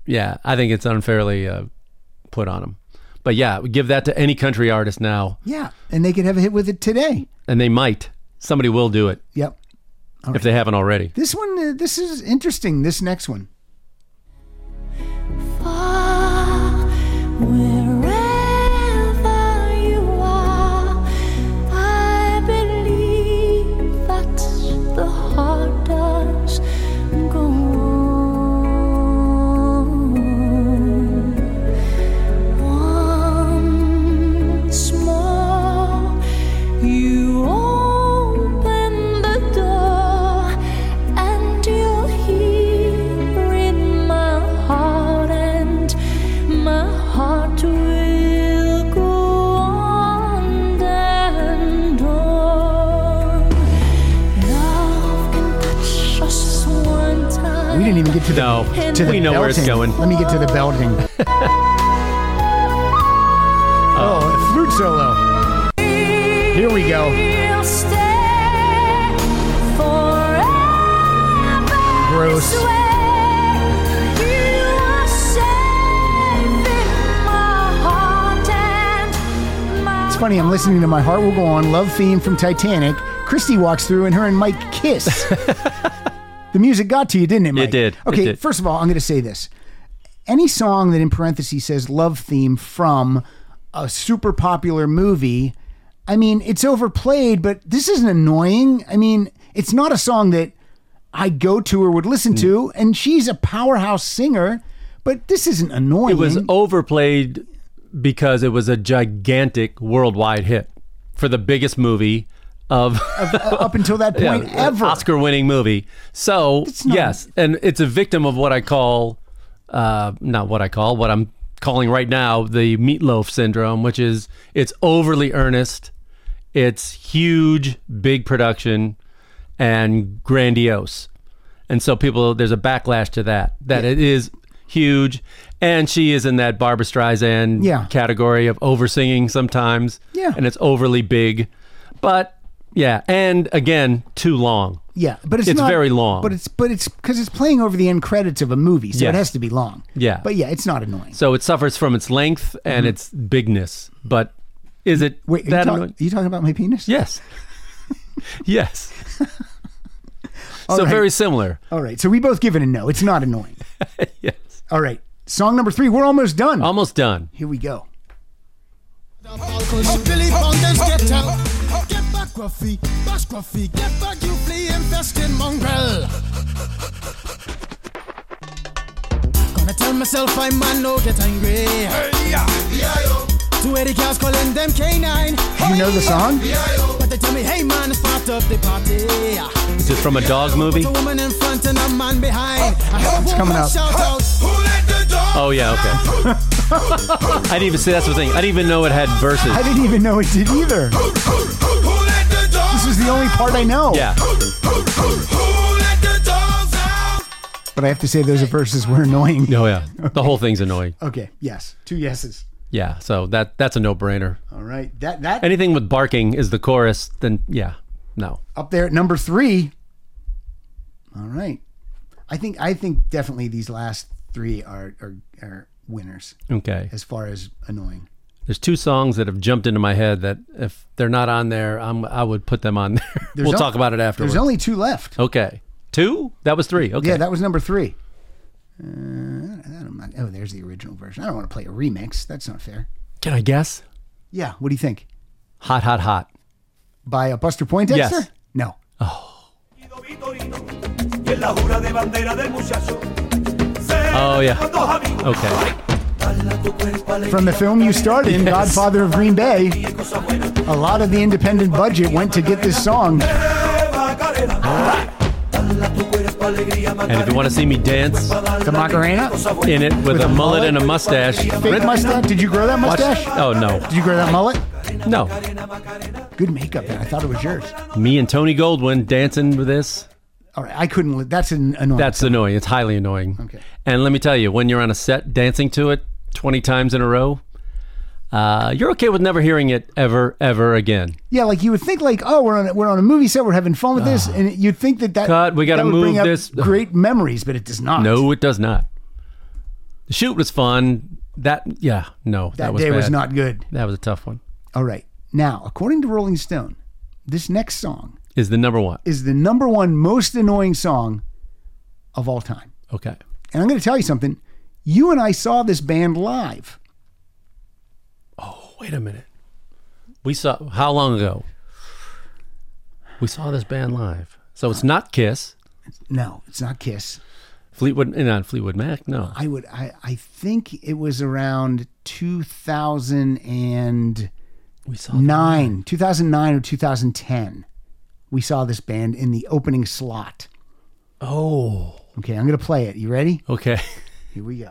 Speaker 2: yeah, I think it's unfairly uh, put on them. But yeah, give that to any country artist now,
Speaker 1: Yeah, and they could have a hit with it today.
Speaker 2: and they might. Somebody will do it
Speaker 1: Yep.
Speaker 2: if they haven't already.
Speaker 1: This one, uh, this is interesting. This next one.
Speaker 4: Oh. I believe that the heart does go on. Once more, you open the door, and you'll hear in my heart, and my heart will go on and on. Love can touch us one time.
Speaker 1: We didn't even get to the
Speaker 2: No,
Speaker 1: to the
Speaker 2: we know where it's
Speaker 1: belting.
Speaker 2: going.
Speaker 1: Let me get to the belting. oh, flute solo. Here we go.
Speaker 4: We'll stay forever.
Speaker 1: Gross.
Speaker 4: Swear you are safe in my heart and my
Speaker 1: It's funny. I'm listening to my heart will go on love theme from Titanic. Christy walks through, and her and Mike kiss. the music got to you, didn't it, Mike?
Speaker 2: did. It
Speaker 1: Okay.
Speaker 2: did.
Speaker 1: First of all, I'm going to say this: any song that in parentheses says love theme from a super popular movie, I mean, it's overplayed, but this isn't annoying. I mean, it's not a song that I go to or would
Speaker 2: Hmm.
Speaker 1: listen to, and she's a powerhouse singer. But this isn't annoying.
Speaker 2: It was overplayed because it was a gigantic worldwide hit for the biggest movie of
Speaker 1: up until that
Speaker 2: Yeah,
Speaker 1: point ever.
Speaker 2: Oscar winning movie. So
Speaker 1: not-
Speaker 2: yes, and it's a victim of what I call, uh, not what I call, what I'm calling right now the meatloaf syndrome, which is it's overly earnest, it's huge, big production, and grandiose, and so people there's a backlash to that. That it is huge, and she is in that Barbara Streisand
Speaker 1: Yeah.
Speaker 2: category of over singing sometimes.
Speaker 1: Yeah.
Speaker 2: And it's overly big. But yeah, and again, too long.
Speaker 1: Yeah, but it's,
Speaker 2: It's
Speaker 1: not-
Speaker 2: very long.
Speaker 1: But it's but it's because it's playing over the end credits of a movie, so
Speaker 2: Yes.
Speaker 1: it has to be long.
Speaker 2: Yeah.
Speaker 1: but yeah, it's not annoying.
Speaker 2: So it suffers from its length and its bigness. But is it
Speaker 1: Wait, are you,
Speaker 2: that
Speaker 1: talk-
Speaker 2: annoying?
Speaker 1: are you talking about my penis?
Speaker 2: Yes. yes.
Speaker 1: All
Speaker 2: so
Speaker 1: right. Oh.
Speaker 2: very similar.
Speaker 1: All right, so we both give it a no. It's not annoying.
Speaker 2: Yes.
Speaker 1: All right, song number three. We're almost done.
Speaker 2: Almost done.
Speaker 1: Here we go.
Speaker 6: Oh, Billy Bongans, get out. Get back, Ruffy. Bash, Ruffy. Get back, you flea infesting mongrel. Gonna
Speaker 10: Tell myself I man no get angry. Two eighty girls calling them K9.
Speaker 1: You know the song?
Speaker 10: But they tell me, hey man, it's part of the party.
Speaker 2: Is it from a dog movie?
Speaker 10: Put a woman in front and a man behind. I heard
Speaker 2: It's
Speaker 10: a
Speaker 2: coming
Speaker 10: woman
Speaker 2: up.
Speaker 10: shout out.
Speaker 2: Oh yeah, okay. I didn't even see that's the thing. I didn't even know it had verses.
Speaker 1: I didn't even know it did either. This is the only part I know.
Speaker 2: Yeah.
Speaker 1: But I have to say those verses were annoying.
Speaker 2: Oh yeah. The whole thing's annoying.
Speaker 1: Okay. Yes. Two yeses.
Speaker 2: Yeah. So that that's a no brainer.
Speaker 1: All right. That that
Speaker 2: Anything with barking is the chorus, then yeah. No.
Speaker 1: up there at number three. All right. I think I think definitely these last three are are, are winners
Speaker 2: Okay.
Speaker 1: as far as annoying.
Speaker 2: There's two songs that have jumped into my head that if they're not on there, I'm I would put them on there.
Speaker 1: There's
Speaker 2: we'll
Speaker 1: on-
Speaker 2: talk about it afterwards.
Speaker 1: There's only two left.
Speaker 2: okay. Two? That was three. Okay.
Speaker 1: Yeah, that was number three. Uh, I don't mind. Oh, there's the original version. I don't want to play a remix. That's not fair.
Speaker 2: Can I guess?
Speaker 1: Yeah. What do you think?
Speaker 2: Hot, hot, hot.
Speaker 1: By a Buster Poindexter?
Speaker 2: Yes.
Speaker 1: No.
Speaker 11: Y es la jura de bandera del muchacho.
Speaker 2: Oh yeah. Okay.
Speaker 1: From the film you starred in, Godfather of Green Bay, a lot of the independent budget went to get this song.
Speaker 2: And if you want to see me dance,
Speaker 1: the Macarena
Speaker 2: in it with, a, mullet, and a mustache.
Speaker 1: Fake mustache? Did you grow that
Speaker 2: Watch-
Speaker 1: mustache?
Speaker 2: Oh no.
Speaker 1: Did you grow that mullet?
Speaker 2: No.
Speaker 1: Good makeup. there. I thought it was yours.
Speaker 2: Me and Tony Goldwyn dancing with this.
Speaker 1: All right. I couldn't. li- That's an annoying.
Speaker 2: That's annoying. It's highly annoying. Okay. And let me tell you, when you're on a set dancing to it 20 times in a row, uh, you're okay with never hearing it ever, ever again.
Speaker 1: Yeah, like you would think, like, oh, we're on a, we're on a movie set, we're having fun with this, and you'd think that that
Speaker 2: Ah. Cut, we gotta
Speaker 1: that would bring
Speaker 2: move
Speaker 1: up
Speaker 2: this.
Speaker 1: Great memories, but it does not.
Speaker 2: No, it does not. The shoot was fun. That, yeah, no, that,
Speaker 1: That
Speaker 2: was
Speaker 1: day was
Speaker 2: bad.
Speaker 1: not good.
Speaker 2: That was a tough one.
Speaker 1: All right, now according to Rolling Stone, this next song
Speaker 2: Is the number one.
Speaker 1: is the number one most annoying song of all time.
Speaker 2: Okay.
Speaker 1: And I'm going to tell you something. You and I saw this band live.
Speaker 2: Wait a minute. We saw, how long ago? We saw this band live. So it's not Kiss.
Speaker 1: No, it's not Kiss.
Speaker 2: Fleetwood, eh, not Fleetwood Mac, no.
Speaker 1: I would. I, I think it was around 2000 and nine, 2009 or 2010. We saw this band in the opening slot.
Speaker 2: Oh.
Speaker 1: Okay, I'm gonna play it. You ready?
Speaker 2: Okay.
Speaker 1: Here we go.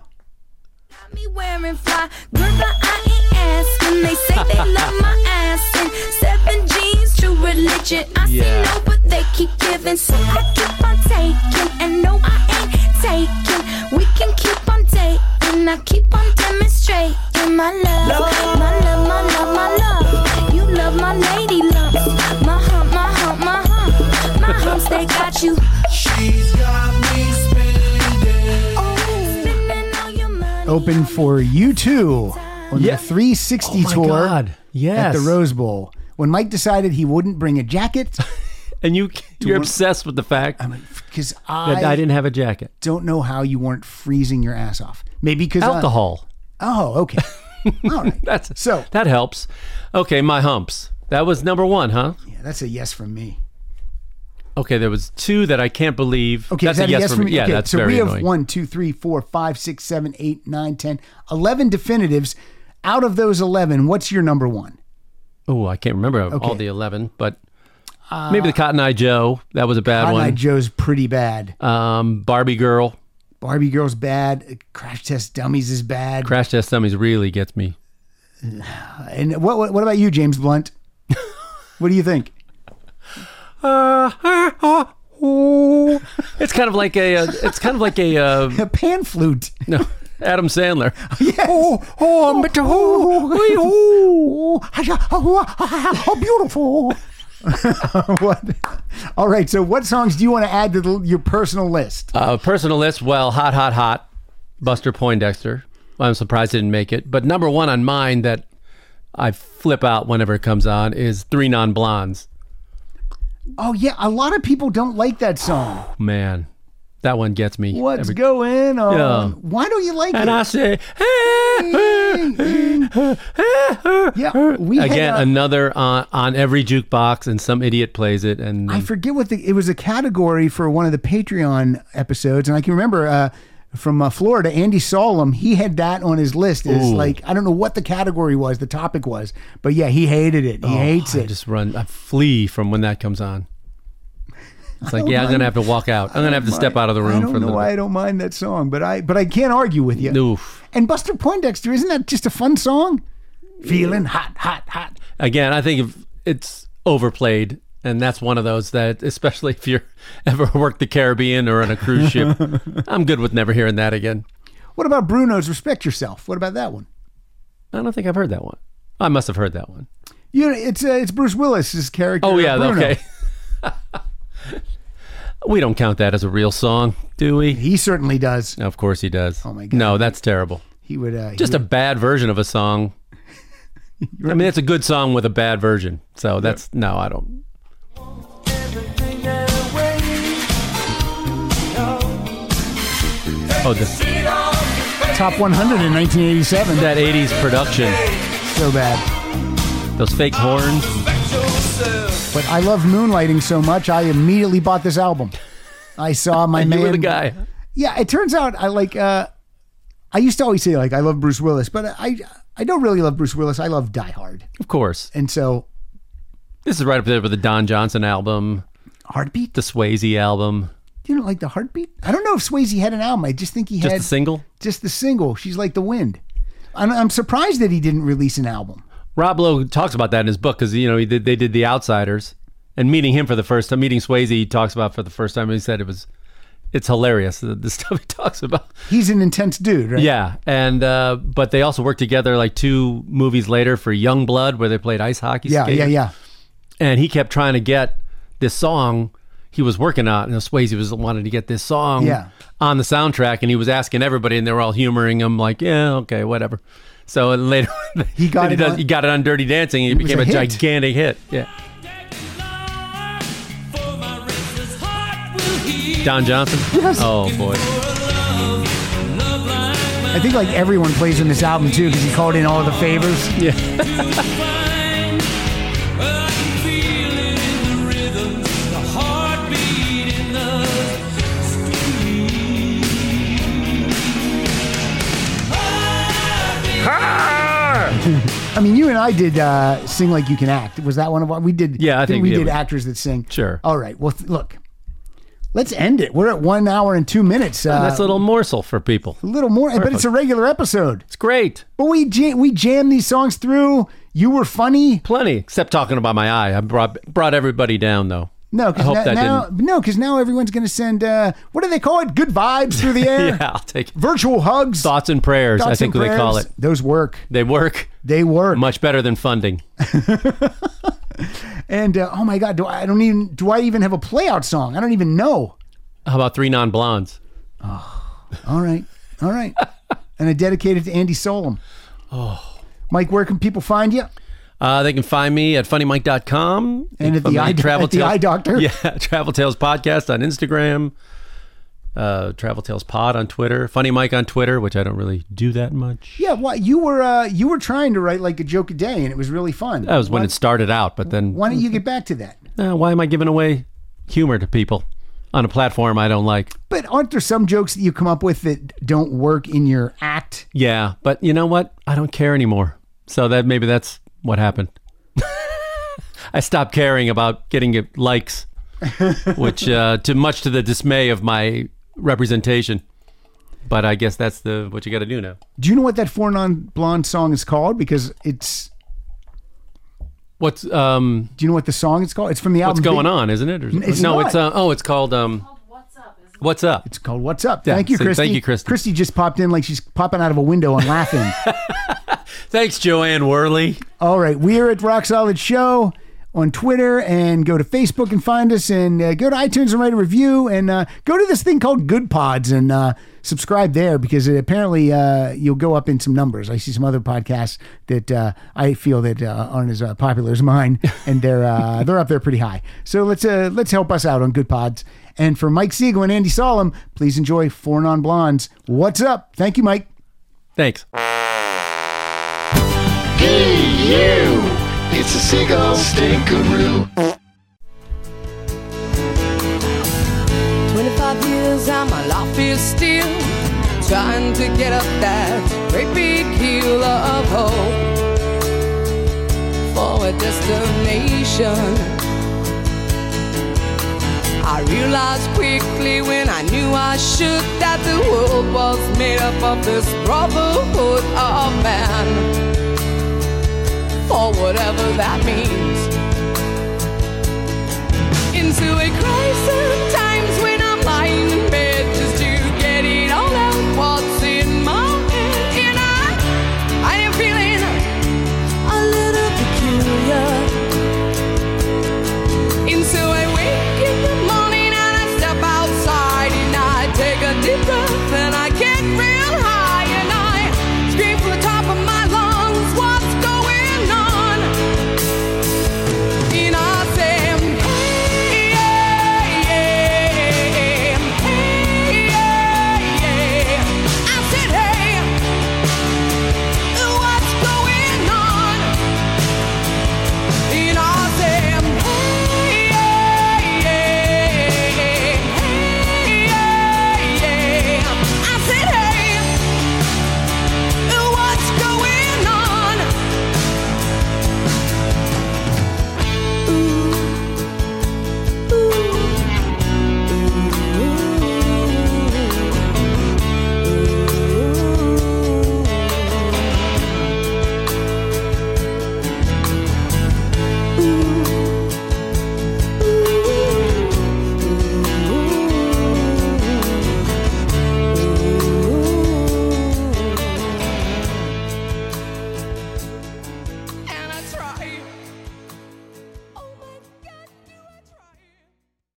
Speaker 12: me wearing fly. Girl, but I ain't asking. They say they love my ass. And seven G's, true religion. I
Speaker 2: Yeah.
Speaker 12: say no, but they keep giving. So I keep on taking. And no, I ain't taking. We can keep on dating. I keep on demonstrating my love. My love, my love, my love. You love my lady lumps. My hump, my hump, my hump. My humps, they got you. She's got me spinning. Oh, spinning all your
Speaker 1: Open for you two on the 360
Speaker 2: my
Speaker 1: tour
Speaker 2: God,
Speaker 1: at
Speaker 2: yes.
Speaker 1: the Rose Bowl. When Mike decided he wouldn't bring a jacket,
Speaker 2: And you, you're
Speaker 1: we're-
Speaker 2: obsessed with the fact
Speaker 1: because
Speaker 2: that I didn't have a jacket.
Speaker 1: don't know how you weren't freezing your ass off. Maybe because
Speaker 2: Alcohol.
Speaker 1: oh, okay. All right.
Speaker 2: That's
Speaker 1: so
Speaker 2: that helps. Okay, my humps. That was number one, huh?
Speaker 1: Yeah, that's a yes from me.
Speaker 2: Okay, there was two that I can't believe.
Speaker 1: Okay,
Speaker 2: that's
Speaker 1: is that
Speaker 2: a yes, for me. Yeah,
Speaker 1: Okay,
Speaker 2: that's
Speaker 1: so
Speaker 2: very
Speaker 1: we have
Speaker 2: annoying.
Speaker 1: one, two, three, four, five, six, seven, eight, nine, ten, eleven definitives. Out of those eleven, what's your number one?
Speaker 2: Oh, I can't remember all
Speaker 1: Okay. Uh,
Speaker 2: the eleven, but maybe the Cotton Eye Joe. That was a bad
Speaker 1: Cotton Eye
Speaker 2: one.
Speaker 1: Joe's pretty bad.
Speaker 2: Um, Barbie Girl.
Speaker 1: Barbie Girl's bad. Crash Test Dummies is bad.
Speaker 2: Crash Test Dummies really gets me.
Speaker 1: And what, what what about you, James Blunt? what do you think? Uh,
Speaker 2: It's kind of like a. Uh, it's kind of like a. Uh,
Speaker 1: a pan flute.
Speaker 2: No, Adam Sandler.
Speaker 1: Oh, oh, Mr. Oh, oh, how beautiful. what? All right. So, what songs do you want to add to the, your personal list?
Speaker 2: Uh, personal list. Well, hot, hot, hot. Buster Poindexter. I'm surprised it didn't make it. But number one on mine that I flip out whenever it comes on is Three Non Blondes.
Speaker 1: Oh, yeah. A lot of people don't like that song.
Speaker 2: Man, that one gets me.
Speaker 1: What's
Speaker 2: every-
Speaker 1: going on?
Speaker 2: Yeah.
Speaker 1: Why don't you like
Speaker 2: And
Speaker 1: it?
Speaker 2: I say, "Eh,
Speaker 1: yeah, we had
Speaker 2: eh." Again,
Speaker 1: a-
Speaker 2: another on, on every jukebox, and some idiot plays it. And
Speaker 1: I forget what the it was a category for one of the Patreon episodes, and I can remember uh, from uh, Florida, Andy Solom, he had that on his list. Is
Speaker 2: Ooh.
Speaker 1: like I don't know what the category was, the topic was, but yeah, he hated it. He hates
Speaker 2: Oh, I
Speaker 1: it.
Speaker 2: just run. I flee from when that comes on. It's like,
Speaker 1: don't
Speaker 2: yeah, I'm
Speaker 1: mind-
Speaker 2: gonna have to walk out. I'm gonna have to step out of the room
Speaker 1: I don't
Speaker 2: for a
Speaker 1: know
Speaker 2: little
Speaker 1: why I
Speaker 2: bit.
Speaker 1: don't mind that song, but I but I can't argue with you.
Speaker 2: Oof.
Speaker 1: And Buster Poindexter, isn't that just a fun song? Feeling hot, hot, hot.
Speaker 2: Again, I think if it's overplayed, and that's one of those that, especially if you're ever worked the Caribbean or on a cruise ship, I'm good with never hearing that again.
Speaker 1: What about Bruno's "Respect Yourself"? What about that one?
Speaker 2: I don't think I've heard that one. I must have heard that one.
Speaker 1: You know, it's uh, it's Bruce Willis's character.
Speaker 2: Oh
Speaker 1: uh,
Speaker 2: yeah,
Speaker 1: Bruno.
Speaker 2: okay. we don't count that as a real song, do we?
Speaker 1: He certainly does.
Speaker 2: Of course he does. Oh my god. No, that's terrible.
Speaker 1: He would uh,
Speaker 2: Just a bad version of a song. I mean, it's a good song with a bad version. So that's no, I don't. Oh, the,
Speaker 1: top 100 in 1987.
Speaker 2: that '80s production,
Speaker 1: so bad.
Speaker 2: those fake horns.
Speaker 1: But I love moonlighting so much, I immediately bought this album. I saw my
Speaker 2: You
Speaker 1: man.
Speaker 2: were the guy.
Speaker 1: Yeah, it turns out I like. Uh, I used to always say like I love Bruce Willis, but I I don't really love Bruce Willis. I love Die Hard,
Speaker 2: Of course.
Speaker 1: and so
Speaker 2: This is right up there with the Don Johnson album,
Speaker 1: Heartbeat,
Speaker 2: the Swayze album,
Speaker 1: you don't like the Heartbeat. I don't know if Swayze had an album. I just think he
Speaker 2: just
Speaker 1: had
Speaker 2: a single.
Speaker 1: just the single. She's like the wind. I'm, I'm surprised that he didn't release an album.
Speaker 2: Rob Lowe talks about that in his book because you know he did, they did the Outsiders, and meeting him for the first time, meeting Swayze, he talks about for the first time. And he said it was, it's hilarious the, the stuff he talks about.
Speaker 1: He's an intense dude, right?
Speaker 2: Yeah, and uh, but they also worked together like two movies later for Young Blood where they played ice hockey.
Speaker 1: yeah,
Speaker 2: skating.
Speaker 1: yeah, yeah.
Speaker 2: And he kept trying to get this song he was working on. And Swayze was wanted to get this song
Speaker 1: Yeah.
Speaker 2: on the soundtrack, and he was asking everybody, and they were all humoring him like, "Yeah, okay, whatever." So and later
Speaker 1: He got
Speaker 2: then
Speaker 1: it
Speaker 2: does-
Speaker 1: on-
Speaker 2: he got it on Dirty Dancing. And it,
Speaker 1: It was
Speaker 2: became
Speaker 1: a
Speaker 2: a,
Speaker 1: hit.
Speaker 2: gigantic hit. Yeah, Don Johnson.
Speaker 1: Yes.
Speaker 2: Oh boy.
Speaker 1: I think like everyone plays in this album too because he called in all of the favors.
Speaker 2: Yeah.
Speaker 1: I mean, you and I did uh, sing like you can act. Was that one of what we did?
Speaker 2: Yeah, I think
Speaker 1: we
Speaker 2: we-
Speaker 1: did
Speaker 2: yeah, we-
Speaker 1: actors that sing.
Speaker 2: Sure.
Speaker 1: All right. Well, th- look, let's end it. We're at one hour and two minutes. Uh,
Speaker 2: Oh, That's a little morsel for people.
Speaker 1: a little more, but it's a regular episode.
Speaker 2: It's great.
Speaker 1: But we jam- we jam these songs through. You were funny.
Speaker 2: Plenty, except talking about my eye. I brought brought everybody down though.
Speaker 1: No,
Speaker 2: I
Speaker 1: because
Speaker 2: hope
Speaker 1: now,
Speaker 2: that
Speaker 1: now no, because now everyone's going to send uh, what do they call it? Good vibes through the air.
Speaker 2: didn't. Yeah, I'll take it.
Speaker 1: Virtual hugs.
Speaker 2: thoughts and prayers. I
Speaker 1: thoughts
Speaker 2: think
Speaker 1: and
Speaker 2: they call it.
Speaker 1: prayers. Those work.
Speaker 2: They work
Speaker 1: They work.
Speaker 2: much better than funding.
Speaker 1: And uh, oh my god, do I, I don't even do I even have a playout song? I don't even know.
Speaker 2: How about three non blondes?
Speaker 1: All right, all right. and I dedicate it to Andy Solom. Oh, Mike, where can people find you?
Speaker 2: Uh, they can find me at funnymike.com
Speaker 1: And at
Speaker 2: Find
Speaker 1: the
Speaker 2: me
Speaker 1: eye- at the eye doctor.
Speaker 2: Yeah, Travel Tales Podcast on Instagram, uh, Travel Tales Pod on Twitter, Funny Mike on Twitter, which I don't really do that much.
Speaker 1: Yeah, what you were uh, you were trying to write like a joke a day, and it was really fun.
Speaker 2: That was when it started out, but then
Speaker 1: Why don't you get back to that?
Speaker 2: uh, why am I giving away humor to people on a platform I don't like?
Speaker 1: But aren't there some jokes that you come up with that don't work in your act?
Speaker 2: Yeah, but you know what? I don't care anymore. So that maybe that's what happened. I stopped caring about getting it- likes, which uh, to much to the dismay of my representation. But I guess that's the what you got to do now.
Speaker 1: Do you know what that four non blonde song is called? Because it's
Speaker 2: What's um
Speaker 1: do you know what the song is called? It's from the album.
Speaker 2: what's going
Speaker 1: Big-
Speaker 2: on, isn't it? Or-
Speaker 1: It's
Speaker 2: no,
Speaker 1: not.
Speaker 2: it's uh, oh, it's called um. What's up?
Speaker 1: It's called What's Up.
Speaker 2: Yeah,
Speaker 1: thank you,
Speaker 2: so
Speaker 1: Christy.
Speaker 2: thank you, Christy.
Speaker 1: Christy just popped in like she's popping out of a window and laughing.
Speaker 2: Thanks, Joanne Worley.
Speaker 1: All right, we are at Rock Solid Show on Twitter, and go to Facebook and find us, and uh, go to iTunes and write a review, and uh, go to this thing called Good Pods and uh, subscribe there because it, apparently uh, you'll go up in some numbers. I see some other podcasts that uh, I feel that uh, aren't as uh, popular as mine, and they're uh, they're up there pretty high. So let's uh, let's help us out on Good Pods. And for Mike Siegel and Andy Solom, please enjoy Four Non Blondes. What's up? Thank you, Mike.
Speaker 2: Thanks.
Speaker 13: It's a seagull stinkeroo.
Speaker 14: 25 years and my life is still
Speaker 6: trying to get up that great big hill of hope for a destination. I realized quickly when I knew I should that the world was made up of this brotherhood of man. For whatever that means. Oh